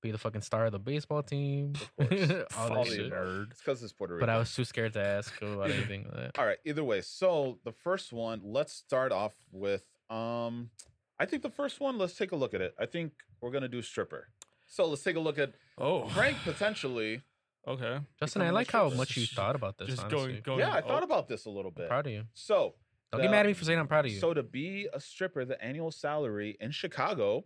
D: be the fucking star of the baseball team.
A: Of course.
D: all
A: All
D: that
A: the
D: shit.
A: above. It's because it's Puerto Rico.
D: But I was too scared to ask about anything. like that.
A: All right. Either way, so the first one, let's start off with. Um, I think the first one. Let's take a look at it. I think we're gonna do stripper. So let's take a look at
C: Oh,
A: Frank potentially.
C: Okay.
D: Justin, I
A: becoming a
D: like how
A: stripper.
D: much you
C: Just-
D: thought about this.
C: Just
D: honestly.
C: going going.
A: Yeah, I
C: oh,
A: thought about this a little bit.
D: I'm proud of you.
A: So
D: Don't get
A: the-
D: mad at me for saying I'm proud of you.
A: So to be a stripper, the annual salary in Chicago,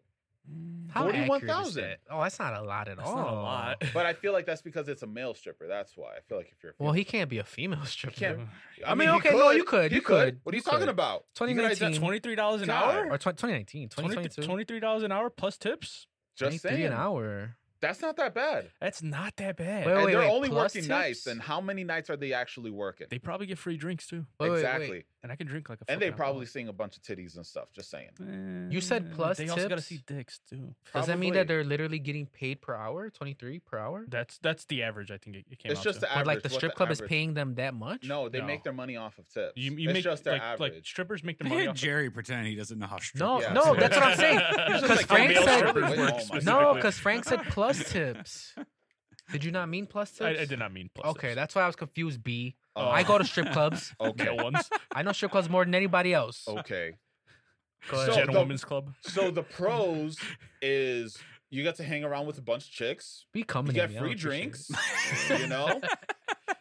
D: how accurate is
A: 41,000.
D: that? Oh, that's not a lot at
C: That's
D: all.
C: not a lot.
A: but I feel like that's because it's a male stripper. That's why I feel like if you're a
D: Well, he can't be a female stripper.
A: can't-
D: I mean,
A: he
D: okay, no, you could,
A: he
D: you could,
A: What are
D: you
A: you talking
D: could.
A: about? You could
C: Is that
D: 19
C: twenty three dollars an
A: God.
C: hour?
D: Or 20, 2019, 2022.
C: 23 dollars an hour plus tips.
A: Just
D: 23
A: saying.
D: an hour.
A: That's not that bad.
C: That's not that bad.
D: Wait,
A: and
D: wait,
A: they're
D: wait,
A: only
D: plus
A: working nights.
D: tips?
A: And how many nights are they actually working?
C: They probably get free drinks too,
D: Wait, wait, wait.
A: exactly.
C: and I can drink like a.
A: And they
C: fucking alcoholic.
A: probably seeing a bunch of titties and stuff. Just saying.
D: You said
C: Eh,
D: plus
C: They also gotta
D: tips?
C: see dicks too.
D: Does that mean that
A: Probably.
D: they're literally getting paid per hour? 23 per hour?
C: That's that's the average. I think it, it came.
A: It's
C: out
A: just
C: to.
A: the
D: But
A: average.
D: like the
A: what
D: strip club is
A: average-
D: paying them that much?
A: No, they
C: No.
A: make their money off of tips.
C: you, you
A: it's
C: make
A: just their
C: like, like
A: average.
C: strippers make their
E: Look
C: money
E: at
C: off.
E: Jerry pretending he doesn't know how
D: No,
E: stripping
D: no,
E: is.
D: that's what I'm saying.
A: It's
D: Because
A: like
D: Frank
A: female
D: said-
A: strippers work
C: Wait, oh my
A: specifically.
D: No,
C: specifically.
D: because Frank said plus tips. Did you not mean plus tips?
C: I, I did not mean plus.
D: okay,
C: tips.
D: that's why I was confused. B.
A: Oh,
D: I go to strip clubs.
A: okay.
C: male ones.
D: I know strip clubs more than anybody else.
A: Okay.
D: Go ahead.
A: So
C: Oh, Gen
A: the-
C: Women's Club.
A: So the pros is you get to hang around with a bunch of chicks.
D: Be coming.
A: You get
D: at me, I
A: free
D: don't appreciate
A: drinks. you know,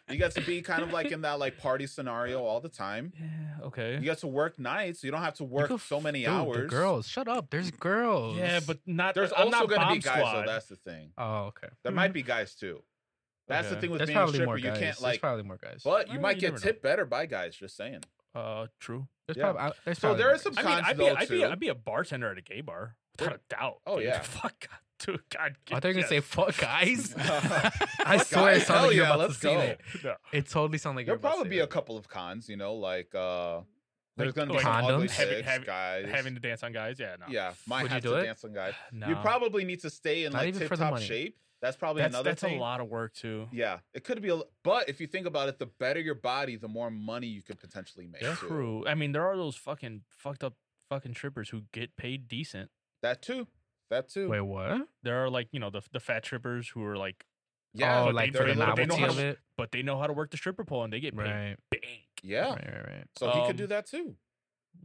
A: you get to be kind of like in that like party scenario all the time.
C: Yeah. Okay.
A: You get to work nights. You don't have to
D: it. You
A: work
D: could-
A: so many
D: dude, the
A: hours.
D: girls, shut up. There's girls.
C: Yeah, but not.
A: There's
C: I'm
A: also
C: not
A: going to be
C: Bomb
A: guys
C: Squad.
A: though. That's the thing.
D: oh, okay.
A: There might be guys too. That's the
C: Okay.
A: thing with
D: There's
A: being a
D: probably
A: stripper.
D: more
A: you
D: guys.
A: can't
D: there's
A: like,
D: probably more guys.
A: but you
C: Well,
A: might
C: you
A: get
C: never know.
A: tipped better by guys. Just saying.
C: uh, true.
D: There's
A: yeah.
D: probably. I- there's
A: So
D: probably
A: there
D: more
A: is some
D: guys.
C: I mean,
A: cons
C: I'd be,
A: though
C: I'd be,
A: too.
C: I'd be a bartender at a gay bar, without a doubt.
A: Oh,
C: dude.
A: yeah.
C: Fuck. God to God.
D: I thought you were gonna say "fuck guys." I
A: Fuck
D: swear, it
A: guys,
D: sounded
A: hell
D: like you're
A: yeah,
D: about
A: let's
D: to say
A: go.
D: that.
C: No.
D: It totally sounded like you're
A: There'll
D: about to
A: probably
D: say
A: be a
D: that.
A: couple of cons, you know, like uh there's
C: Like-
A: gonna be
C: like
A: some ugly
D: condoms?
A: chicks,
C: Having- having-
A: guys.
C: having to dance on guys. Yeah, no.
A: yeah, might
D: Would you
A: have
D: do
A: to
D: it?
A: dance on guys.
C: no.
A: You probably need to stay in
D: Not
A: like
D: even for
A: tip
D: the
A: top
D: money.
A: shape. That's probably
C: that's,
A: another
C: that's
A: thing.
C: a lot of work too.
A: Yeah, it could be a. l- But if you think about it, the better your body, the more money you could potentially make. too.
C: True. I mean, there are those fucking fucked up fucking strippers who get paid decent.
A: That too. That too.
D: Wait, what?
C: There are like you know the the fat strippers who are like,
A: yeah.
D: oh,
C: but
D: like
C: they-
D: for
C: they
D: the
C: know- they know
D: novelty
C: how
D: of
C: to-
D: it,
C: but they know how to work the stripper pole and they get paid
D: right?
C: bank.
A: yeah.
D: Right, right, right.
A: So he could do
C: Um,
A: that too.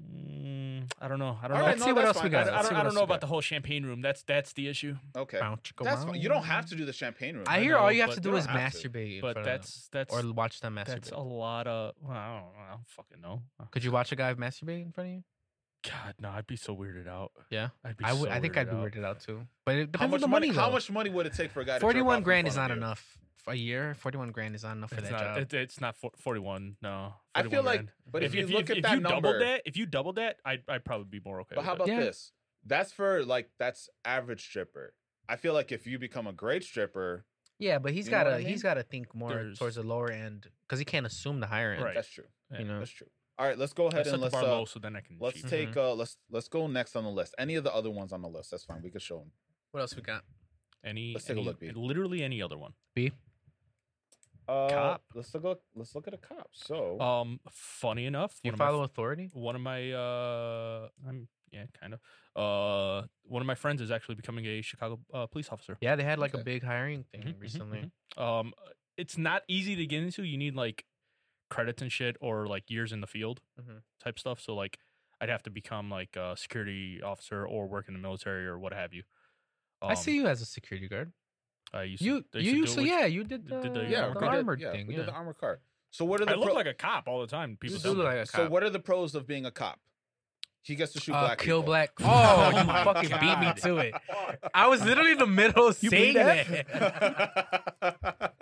C: Mm, I don't know. I
A: All
C: don't know.
A: right,
D: Let's see what
A: that's
D: else we
A: fine.
D: got.
C: I,
D: Let's
C: I
D: see
C: don't,
D: what
C: I don't
D: else
C: know
D: we
C: about
D: got.
C: the whole champagne room. That's that's the issue.
A: Okay.
D: Bounce, chicka,
A: That's fine. You don't have
D: bounce.
A: to do the champagne room.
D: I
C: I
D: hear
C: know,
D: all you have
C: but
D: to
A: they
D: do is
A: don't have to.
D: masturbate, in
C: But
D: front of them.
C: that's that's
D: or watch them masturbate.
C: that's a lot of. Well, I don't, I don't fucking know.
D: Could you watch a guy masturbate in front of you?
C: Uh, God, no, I'd be so weirded out.
D: Yeah.
C: I'd be
D: I would.
C: so
D: I think I'd be
C: out.
D: weirded out too. But it
A: How
D: depends on
A: much
D: the money.
A: How
D: though.
A: much money would it take for a guy? to jerk off
D: Forty-one
A: in
D: grand
A: front
D: is
A: of
D: not
A: you?
D: enough f- a year. Forty-one grand is not enough for
C: It's
D: that
C: not,
D: job.
C: it, it's not for, 41. No.
A: I feel
C: 41
A: like-
C: grand.
A: But if,
C: if,
A: you look
C: if,
A: at that
C: you
A: number,
C: doubled that, if you doubled that, I'd, I'd probably be more okay.
A: but
C: with
A: how
C: it.
A: about
D: Yeah.
A: this? That's for like that's average stripper. I feel like if you become a great stripper,
D: yeah, but he's
A: You know
D: got
A: what
D: to
A: I
D: he's got to think more
C: There's-
D: towards the lower end because he can't assume the higher end.
C: Right.
A: that's true.
D: You
C: Yeah,
D: know.
A: That's true. All right, let's go
C: I
A: ahead
C: set
A: and
C: the
A: let's
C: bar low
A: uh,
C: so then I can
A: let's
C: cheat.
A: take uh let's let's go next on the list. Any of the other ones on the list? That's fine. We could show them.
D: What else we got?
C: any,
A: let's take a
C: any-
A: look, B.
C: literally any other one.
D: B.
A: Uh,
C: Cop.
A: Let's look. Let's look at a cop. So
C: Um, funny enough,
D: Do you
C: one of my
D: follow authority?
C: one of my uh I'm yeah, kind of. Uh one of my friends is actually becoming a Chicago uh, police officer.
D: Yeah, they had like
A: Okay.
D: a big hiring thing
C: Mhm, mhm,
D: recently.
C: Um it's not easy to get into. You need like credits and shit or like years in the field
A: Mm-hmm.
D: Mhm.
C: type stuff. So like I'd have to become like a security officer or work in the military or what have you.
D: I
C: Um,
D: see you as a security guard.
C: I used
D: You
C: to, I
D: you
C: do it
D: used to
C: with-
D: yeah you did the,
C: did the-
D: the,
C: yeah,
A: we
C: the
A: did- uh,
D: armored
A: yeah,
D: thing.
A: We
D: Yeah.
A: did the armored car. So what are the
C: I look
A: pro-
C: like a cop all the time. People
A: do
C: tell me.
A: look
D: like a
A: so what are the pros of being a cop? He gets to shoot
D: Uh,
A: black.
D: kill
A: people.
D: black. Oh,
E: Oh
D: you
E: my
D: fucking beat me
E: God.
D: to it. I was literally in the middle of
A: You
D: saying
A: believe
D: that.
A: that?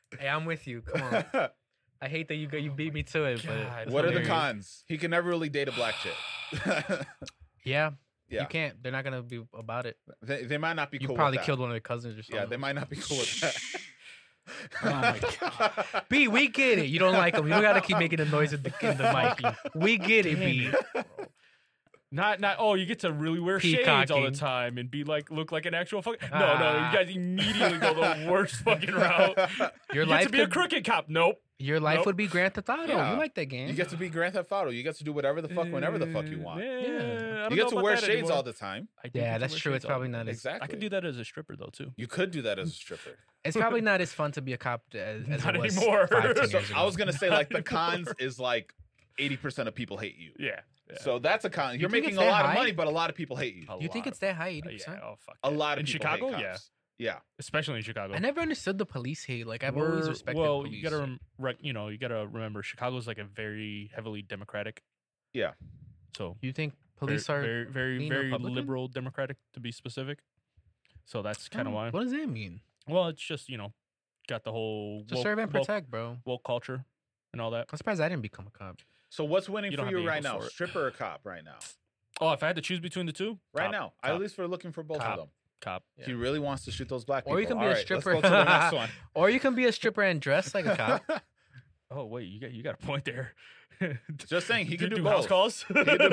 D: hey, I'm with you. Come on. I hate that you got you beat me to it,
C: God.
D: but
A: what are the
C: Hilarious.
A: cons? He can never really date a black chick.
D: Yeah,
A: yeah,
D: you can't. They're not gonna be about it.
A: they, they might not be.
D: you
A: cool
D: probably
A: with that.
D: killed one of their cousins or something.
A: Yeah, they might not be cool with that.
E: Oh my
A: god.
D: B, we get it. You don't like them. You gotta keep making the noise in the, in the mic. B. We get it, B.
C: Not not oh, you get to really wear shades all the
D: Peacocking.
C: time and be like look like an actual fucking No,
D: Ah.
C: no, you guys immediately go the worst fucking route.
D: Your
C: you
D: life
C: get to be a
D: could-
C: crooked cop. Nope.
D: Your life
C: Nope.
D: would be Grand Theft Auto.
A: Yeah.
D: You like that game?
A: You get to be Grand Theft Auto. You get to do whatever the fuck, whenever the fuck you
C: Uh,
A: want.
C: yeah, I don't
A: You
C: know
A: get to
C: about
A: wear
C: that
A: shades
C: anymore.
A: all the time.
C: I do get
D: yeah,
C: to
D: that's
C: wear
D: true.
C: shades
D: It's
C: all the
D: probably
C: time.
D: not as
A: Exactly.
C: I could do that as a stripper though too.
A: You could do that as a stripper.
D: it's probably not as fun to be a cop t- as, as
C: Not
D: it was
C: anymore.
D: five, ten
A: So
D: years
A: I
D: ago.
A: was gonna say like the cons is like eighty percent of people hate you.
C: Yeah. yeah.
A: So that's a con. You're
D: think
A: making
D: it's
A: a
D: that
A: lot of
D: high?
A: money, but a lot of people hate you.
C: A
D: You think
C: lot
D: it's that high? Eighty
C: of- yeah,
D: percent.
C: oh fuck.
A: A
C: yeah.
A: lot of
C: in
A: people
C: Chicago,
A: hate
C: yeah,
A: cops. Yeah.
C: especially in Chicago.
D: I never understood the police hate. Like I've always
C: We're-
D: respected
C: Well,
D: police.
C: you gotta rem- rec- you know you gotta remember Chicago's like a very heavily democratic.
A: Yeah.
C: So
D: you think
C: very-
D: police are
C: very very
D: lean
C: very
D: Republican?
C: liberal democratic to be specific. So that's kind of
D: Oh,
C: why.
D: What does that mean?
C: Well, it's just you know got the whole
D: To
C: woke-
D: serve and
C: woke-
D: protect, bro.
C: woke culture and all that.
D: I'm surprised I didn't become a cop.
A: So what's winning
C: You don't
A: for
C: have
A: you
C: the
A: right
C: equal
A: now?
C: sort.
A: Stripper or cop right now?
C: Oh, if I had to choose between the two,
A: Right
C: cop,
A: now.
C: cop,
A: At least we're looking for both
C: Cop.
A: of them.
C: cop.
A: He really wants to shoot those black people.
D: Or you can be
A: All
D: a
A: right, let's
D: stripper.
A: go to the next one.
D: Or you can be a stripper and dress like a cop.
C: Oh wait, you got you got a point there.
A: Just saying, he
C: Do-
A: could do
C: do house
A: both.
C: calls.
A: could do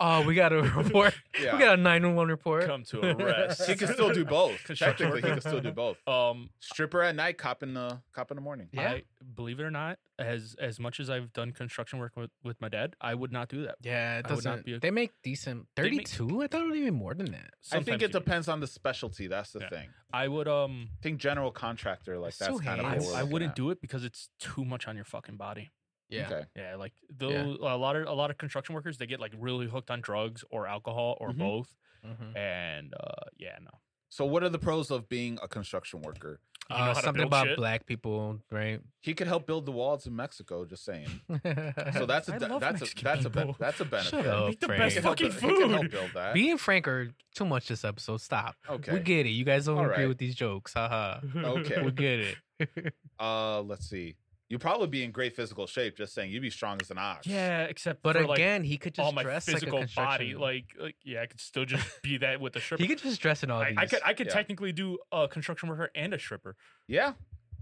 D: Oh, we got a report.
A: Yeah.
D: We got a 911 report.
C: Come to arrest.
A: he can still do both.
C: Construction
A: Technically, he
C: worker.
A: can still do both.
C: Um,
A: Stripper at night, cop in the cop in the morning.
D: Yeah.
C: I believe it or not, as as much as I've done construction work with, with my dad, I would not do that.
D: yeah, it
C: I would not
D: doesn't.
C: be a-
D: they make decent.
C: They make-
D: 32? I thought it would even more than that.
A: I think it
C: Sometimes you-
A: depends on the specialty. That's the
C: Yeah.
A: thing. I
C: I would um,
A: think general contractor like
D: So
A: that's kind of.
C: I,
A: what
D: heinous.
A: we're
C: I
A: looking
C: wouldn't
A: at.
C: do it because it's too much on your fucking body.
D: Yeah.
A: Okay.
C: Yeah, like though a lot of a lot of construction workers they get like really hooked on drugs or alcohol or
A: Mhm.
C: both,
D: Mhm.
C: and uh, yeah, no.
A: So what are the pros of being a construction worker?
C: You know
D: Uh,
C: how to
D: something
C: build
D: about
C: shit?
D: black people, right?
A: He could help build the walls in Mexico. Just saying. So
D: so
A: that's a
C: I
A: de-
C: love
A: that's
C: Mexican
A: a that's a ben-
C: people.
A: that's a benefit.
D: up,
C: Make the
A: He
C: best
A: can
D: Frank.
A: help
C: fucking
A: bu- He can help
C: food.
A: build that.
D: Being frank are too much this episode. Stop.
A: okay.
D: We get it. You guys don't
A: All
D: agree
A: right.
D: with these jokes. Haha.
A: Okay.
D: We get it.
A: Uh, let's see. You'd probably be in great physical shape. Just saying, you'd be strong as an ox.
C: Yeah, except
D: But
C: for like
D: again, he could just
C: all my
D: dress like a
C: physical body,
D: construction-
C: like, like yeah, I could still just be that with a stripper.
D: he could just dress in all
C: I,
D: these.
C: I could I could
A: Yeah.
C: technically do a construction worker and a stripper.
A: yeah.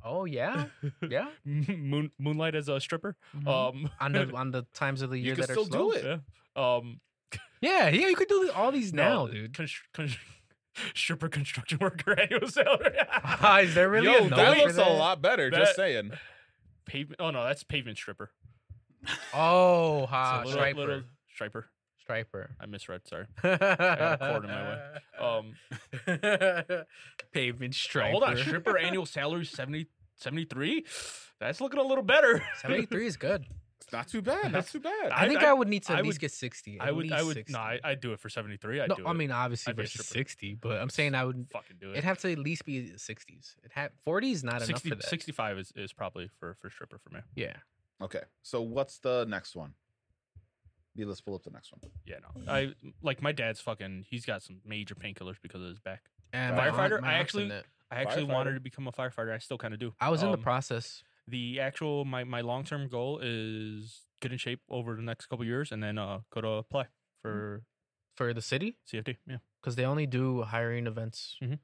D: oh yeah, yeah.
C: Moon, moonlight as a stripper.
D: Mhm.
C: Um,
D: on the on the times of the
A: You
D: year
A: can
D: that are
A: still do
D: slow.
A: it.
C: yeah. Um,
D: Yeah, yeah. You could do all these now,
C: no,
D: dude.
C: constr- constr- stripper construction worker annual salary.
D: Is there really
A: Yo,
D: a note
A: that
D: for
A: looks a
D: that?
A: lot better.
C: That-
A: just saying.
C: pavement. Oh no, that's pavement stripper.
D: Oh,
C: It's a
D: ha,
C: little-
D: striper,
C: little- striper.
D: striper.
C: I misread. Sorry.
D: I
C: got a cord in my way. Um,
D: Pavement
C: oh,
D: striper.
C: hold on, stripper annual salary 70, 73? That's looking a little better.
D: Seventy-three is good.
A: It's not too bad. Not too bad.
D: I,
C: I-
D: think I,
C: I-
D: would need to at
C: I
D: least
C: would-
D: get sixty.
C: I
D: at
C: would. I
D: least
C: would.
D: 60.
C: No, I, I'd do it for seventy three. I'd
D: no,
C: do it.
D: I mean obviously
C: I'd be a
D: versus
C: stripper.
D: sixty, but I'm saying I would.
C: fucking do it.
D: It'd have to at least be sixties. It had forty is not
C: 60,
D: enough for that.
C: 65 is, is probably for for stripper for me.
D: Yeah.
A: Okay. So what's the next one? B, let's pull up the next one.
C: Yeah,
D: Mm.
C: no. I like my dad's fucking. He's got some major painkillers because of his back.
D: And my aunt-
C: Firefighter?
D: my
C: I
D: aunt's in
C: actually-
D: it.
C: I actually wanted
A: Firefighter?
C: to become a firefighter. I still kind of do.
D: I was in the
C: Um,
D: process.
C: the actual my my long term goal is get in shape over the next couple years and then uh go to apply
D: Mm.
C: for
D: for the city
C: CFD. Yeah.
D: because they only do hiring events.
C: Mhm.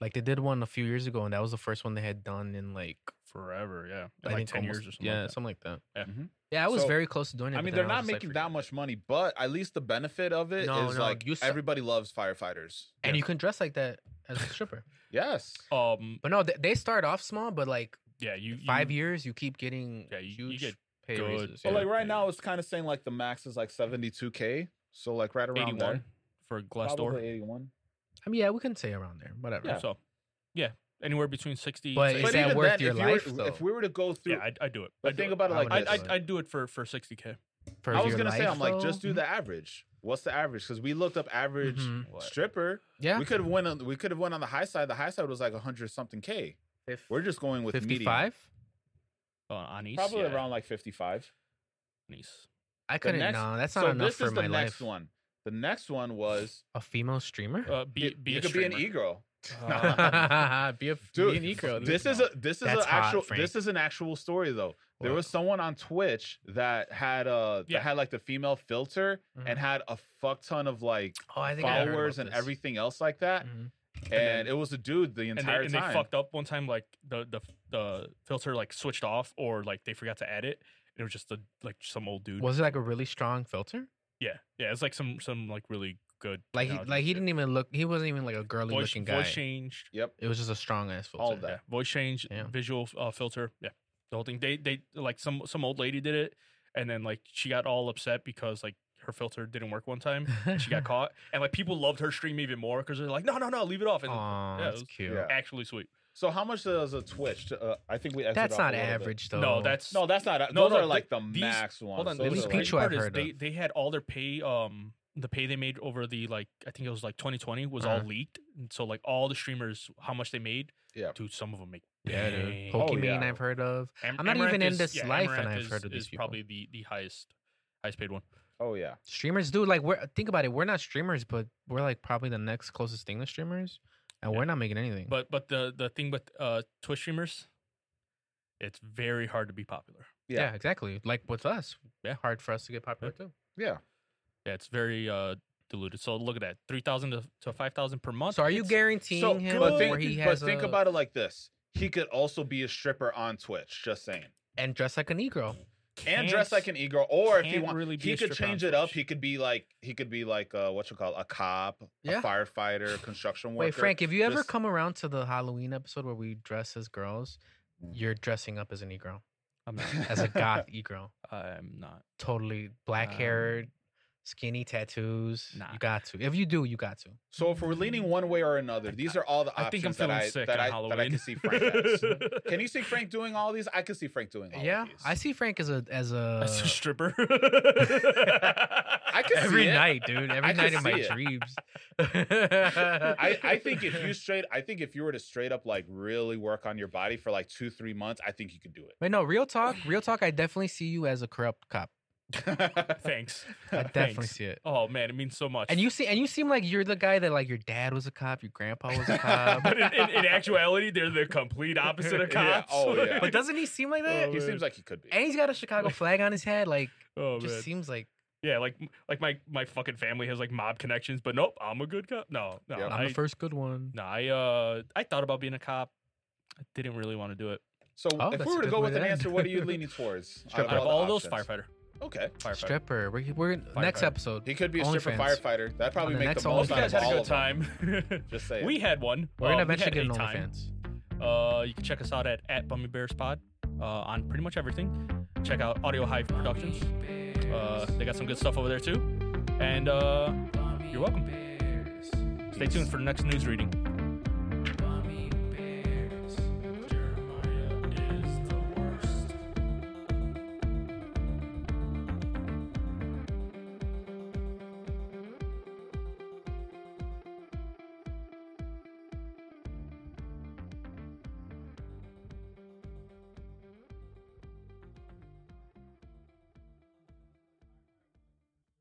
D: Like they did one a few years ago, and that was the first one they had done in like
C: Forever, yeah.
D: I
C: In like
D: think
C: ten
D: almost-
C: years or something.
D: Yeah,
C: like that.
D: something like that.
C: Yeah.
A: Mhm.
D: Yeah, I was
A: So,
D: very close to doing it.
A: I
D: but
A: mean,
D: then
A: they're not
D: was just like,
A: making that
D: "Forget it."
A: much money, but at least the benefit of it is
D: No, no,
A: like
D: you sa-
A: everybody loves firefighters.
D: And you can dress like that as a stripper.
A: Yes.
C: Um.
D: but no, they, they start off small, but like
C: Yeah. You
D: five
C: you-
D: years, you keep getting
C: Yeah, you- you
D: huge
C: get
D: pay
C: good-
D: raises.
A: But
C: Yeah.
A: like right now, it's kind of saying like the max is like 72k, so like right around
C: 81
A: there,
C: for Glassdoor.
A: 81.
D: I mean, yeah, we can say around there, whatever.
A: Yeah.
C: So, yeah, anywhere between sixty.
D: But
C: to
D: is
C: 80.
A: But
D: that
A: even
D: worth
A: then,
D: your
A: if
D: life,
A: You were,
D: though?
A: if we were to go through,
C: yeah, I I do it.
A: but
C: I
A: think about it
D: I
A: like
D: would
A: this.
D: do
C: I
D: it.
C: I do it for for sixty k.
D: For
A: I was
D: your
A: gonna say,
D: life,
A: I'm like, just
D: though?
A: do the average. What's the average? Because we looked up average
D: Mhm.
A: stripper.
D: Yeah,
A: We could have went on. We could have went on the high side. The high side was like 100 something k.
D: Fif-
A: We're just going with medium.
D: 55.
C: Uh, on East,
A: probably
C: yeah,
A: around like 55.
C: on East.
D: I couldn't.
A: next-
D: no, that's not
A: so
D: enough
A: this
D: for
A: is
D: my
A: the next
D: life.
A: one. The next one was
D: A female streamer.
C: Uh, be,
A: it-
C: be
A: you
C: a
A: could be an
C: streamer.
A: e-girl.
D: be a
A: Dude,
D: be an e-girl. dude.
A: This is a this is an
D: That's hot,
A: actual
D: Frank.
A: this is an actual story though. There
D: What?
A: was someone on Twitch that had uh
C: Yeah.
A: that had like the female filter
D: Mhm.
A: and had a fuck ton of like
D: oh, I think I heard about
A: followers and
D: this.
A: everything else like that.
D: Mhm.
A: And,
C: then-
A: it was a dude the
C: and they,
A: entire
C: and they
A: time.
C: fucked up one time like the, the the filter like switched off or like they forgot to add it it was just a, like some old dude
D: Was it like a really strong filter?
C: yeah yeah it's like some some like really good
D: Like he,
C: technology
D: like he
C: shit.
D: didn't even look. He wasn't even like a girly
C: voice,
D: looking guy.
C: voice changed
A: Yep.
D: It was just a strong ass filter.
A: All that.
C: yeah voice change
D: Damn.
C: visual uh, filter yeah the whole thing they they like some some old lady did it and then like she got all upset because like her filter didn't work one time and she got caught and like people loved her stream even more because they're like no no no leave it off and
D: Aw,
C: yeah, it
D: that's
C: was-
D: cute.
A: yeah.
C: actually sweet
A: So how much does a Twitch? Uh, I think we. exited
D: That's
A: off
D: not
A: a little bit.
D: average though.
C: no that's
A: No, that's not.
C: No,
A: those
C: no,
A: are like the
C: these-
A: max ones.
C: Hold on,
A: Those
D: this
A: are,
D: is
A: like-
D: Pichu
C: the
D: I've
C: part is
D: heard
C: they
D: of.
C: they had all their pay um the pay they made over the like I think it was like 2020 was all
D: Uh-huh.
C: leaked, and so like all the streamers how much they made.
A: Yeah.
C: dude, some of them make.
D: yeah, dude.
C: bank.
A: Oh,
D: Pokemon
A: yeah.
D: I've heard of.
C: Am-
D: I'm not even
C: Amaranth
D: in
C: is-
D: this life, and
C: Amaranth
D: I've
C: is-
D: heard of these
C: is
D: people.
C: Probably the the highest highest paid one.
A: oh yeah.
D: Streamers, dude. Like we're think about it. We're not streamers, but we're like probably the next closest thing to streamers, and
C: Yeah.
D: we're not making anything.
C: But but the the thing with uh Twitch streamers, it's very hard to be popular.
D: yeah.
A: Yeah.
D: exactly. Like with us,
C: Yeah.
D: hard for us to get popular too.
A: Yeah.
C: Yeah, it's very uh diluted. So look at that, three thousand to, to five thousand per month.
D: So are you
C: it's-
D: guaranteeing
A: So,
D: him
A: but
D: where
A: think,
D: he
A: but
D: has
A: think
D: a-
A: about it like this: he could also be a stripper on Twitch. Just saying,
D: and dress like a Negro?
A: and
C: can't-
A: dress like an e-girl, or if he
C: can't
A: wants,
C: really be
A: he
C: a
A: could
C: stripper on
A: change it up.
C: Twitch.
A: He could be like, he could be like, uh, what you call it, a cop,
D: Yeah.
A: a firefighter, a construction worker.
D: Wait, Frank, if you ever
A: just-
D: come around to the Halloween episode where we dress as girls, you're dressing up as a Negro,
C: I'm not.
D: as a goth Negro.
C: I'm not.
D: Totally black haired, skinny tattoos.
C: nah.
D: You got to. If you do, you got to.
A: So if we're leaning one way or another, these are all the
C: I think I'm
A: options
C: feeling
A: that I
C: sick
A: that
C: on
A: I
C: Halloween.
A: that I can see Frank. Has. Can you see Frank doing all these? I can see Frank doing all of
D: yeah,
A: these.
D: I see Frank as a as a
C: As a stripper.
A: I can
D: every
A: see it.
D: night, dude. Every
A: I
D: night
A: could
D: in my
A: see it.
D: dreams.
A: I, I think if you straight, I think if you were to straight up like really work on your body for like two, three months, I think you could do it.
D: Wait, no, real talk, real talk. I definitely see you as a corrupt cop.
C: Thanks.
D: I definitely
C: Thanks.
D: see it.
C: Oh man, it means so much.
D: And you see, and you seem like you're the guy that like your dad was a cop, your grandpa was a cop.
C: but in, in, in actuality, they're the complete opposite of
A: Yeah,
C: cops.
A: oh, yeah. Oh,
D: but doesn't he seem like that?
A: he seems like he could be.
D: and he's got a Chicago flag on his head. Like,
C: oh
D: just
C: man,
D: seems like
C: yeah. Like like my my fucking family has like mob connections, but nope, I'm a good cop. No, no,
A: Yep.
D: I'm
C: I,
D: the first good one.
C: no, I uh, I thought about being a cop. I didn't really want to do it.
A: So
D: Oh,
A: if
D: that's
A: we
D: a
A: were to
D: good
A: go
D: way
A: with
D: to
A: an
D: end.
A: answer, what are you leaning towards?
C: Out
A: out
C: of all those,
A: options?
C: firefighter,
A: Okay.
C: firefighter.
D: Stripper. We're we're next
C: Firefighter.
D: episode.
A: He could be a
D: Only
A: stripper
D: fans.
A: firefighter. That probably
D: the
A: make
D: next
A: the most
C: You
D: OnlyFans.
A: out
C: guys
A: of
C: had a
A: all
C: good
A: of them.
C: time.
A: Just saying.
C: we had one.
D: We're gonna
C: Uh, we had
D: eventually get
C: a
D: an
C: time.
D: OnlyFans.
C: Uh, you can check us out at, at Bummy Bears Pod uh, on pretty much everything. Check out Audio Hive Productions. Uh, they got some good stuff over there too. And uh, you're welcome. Stay tuned for the next news reading.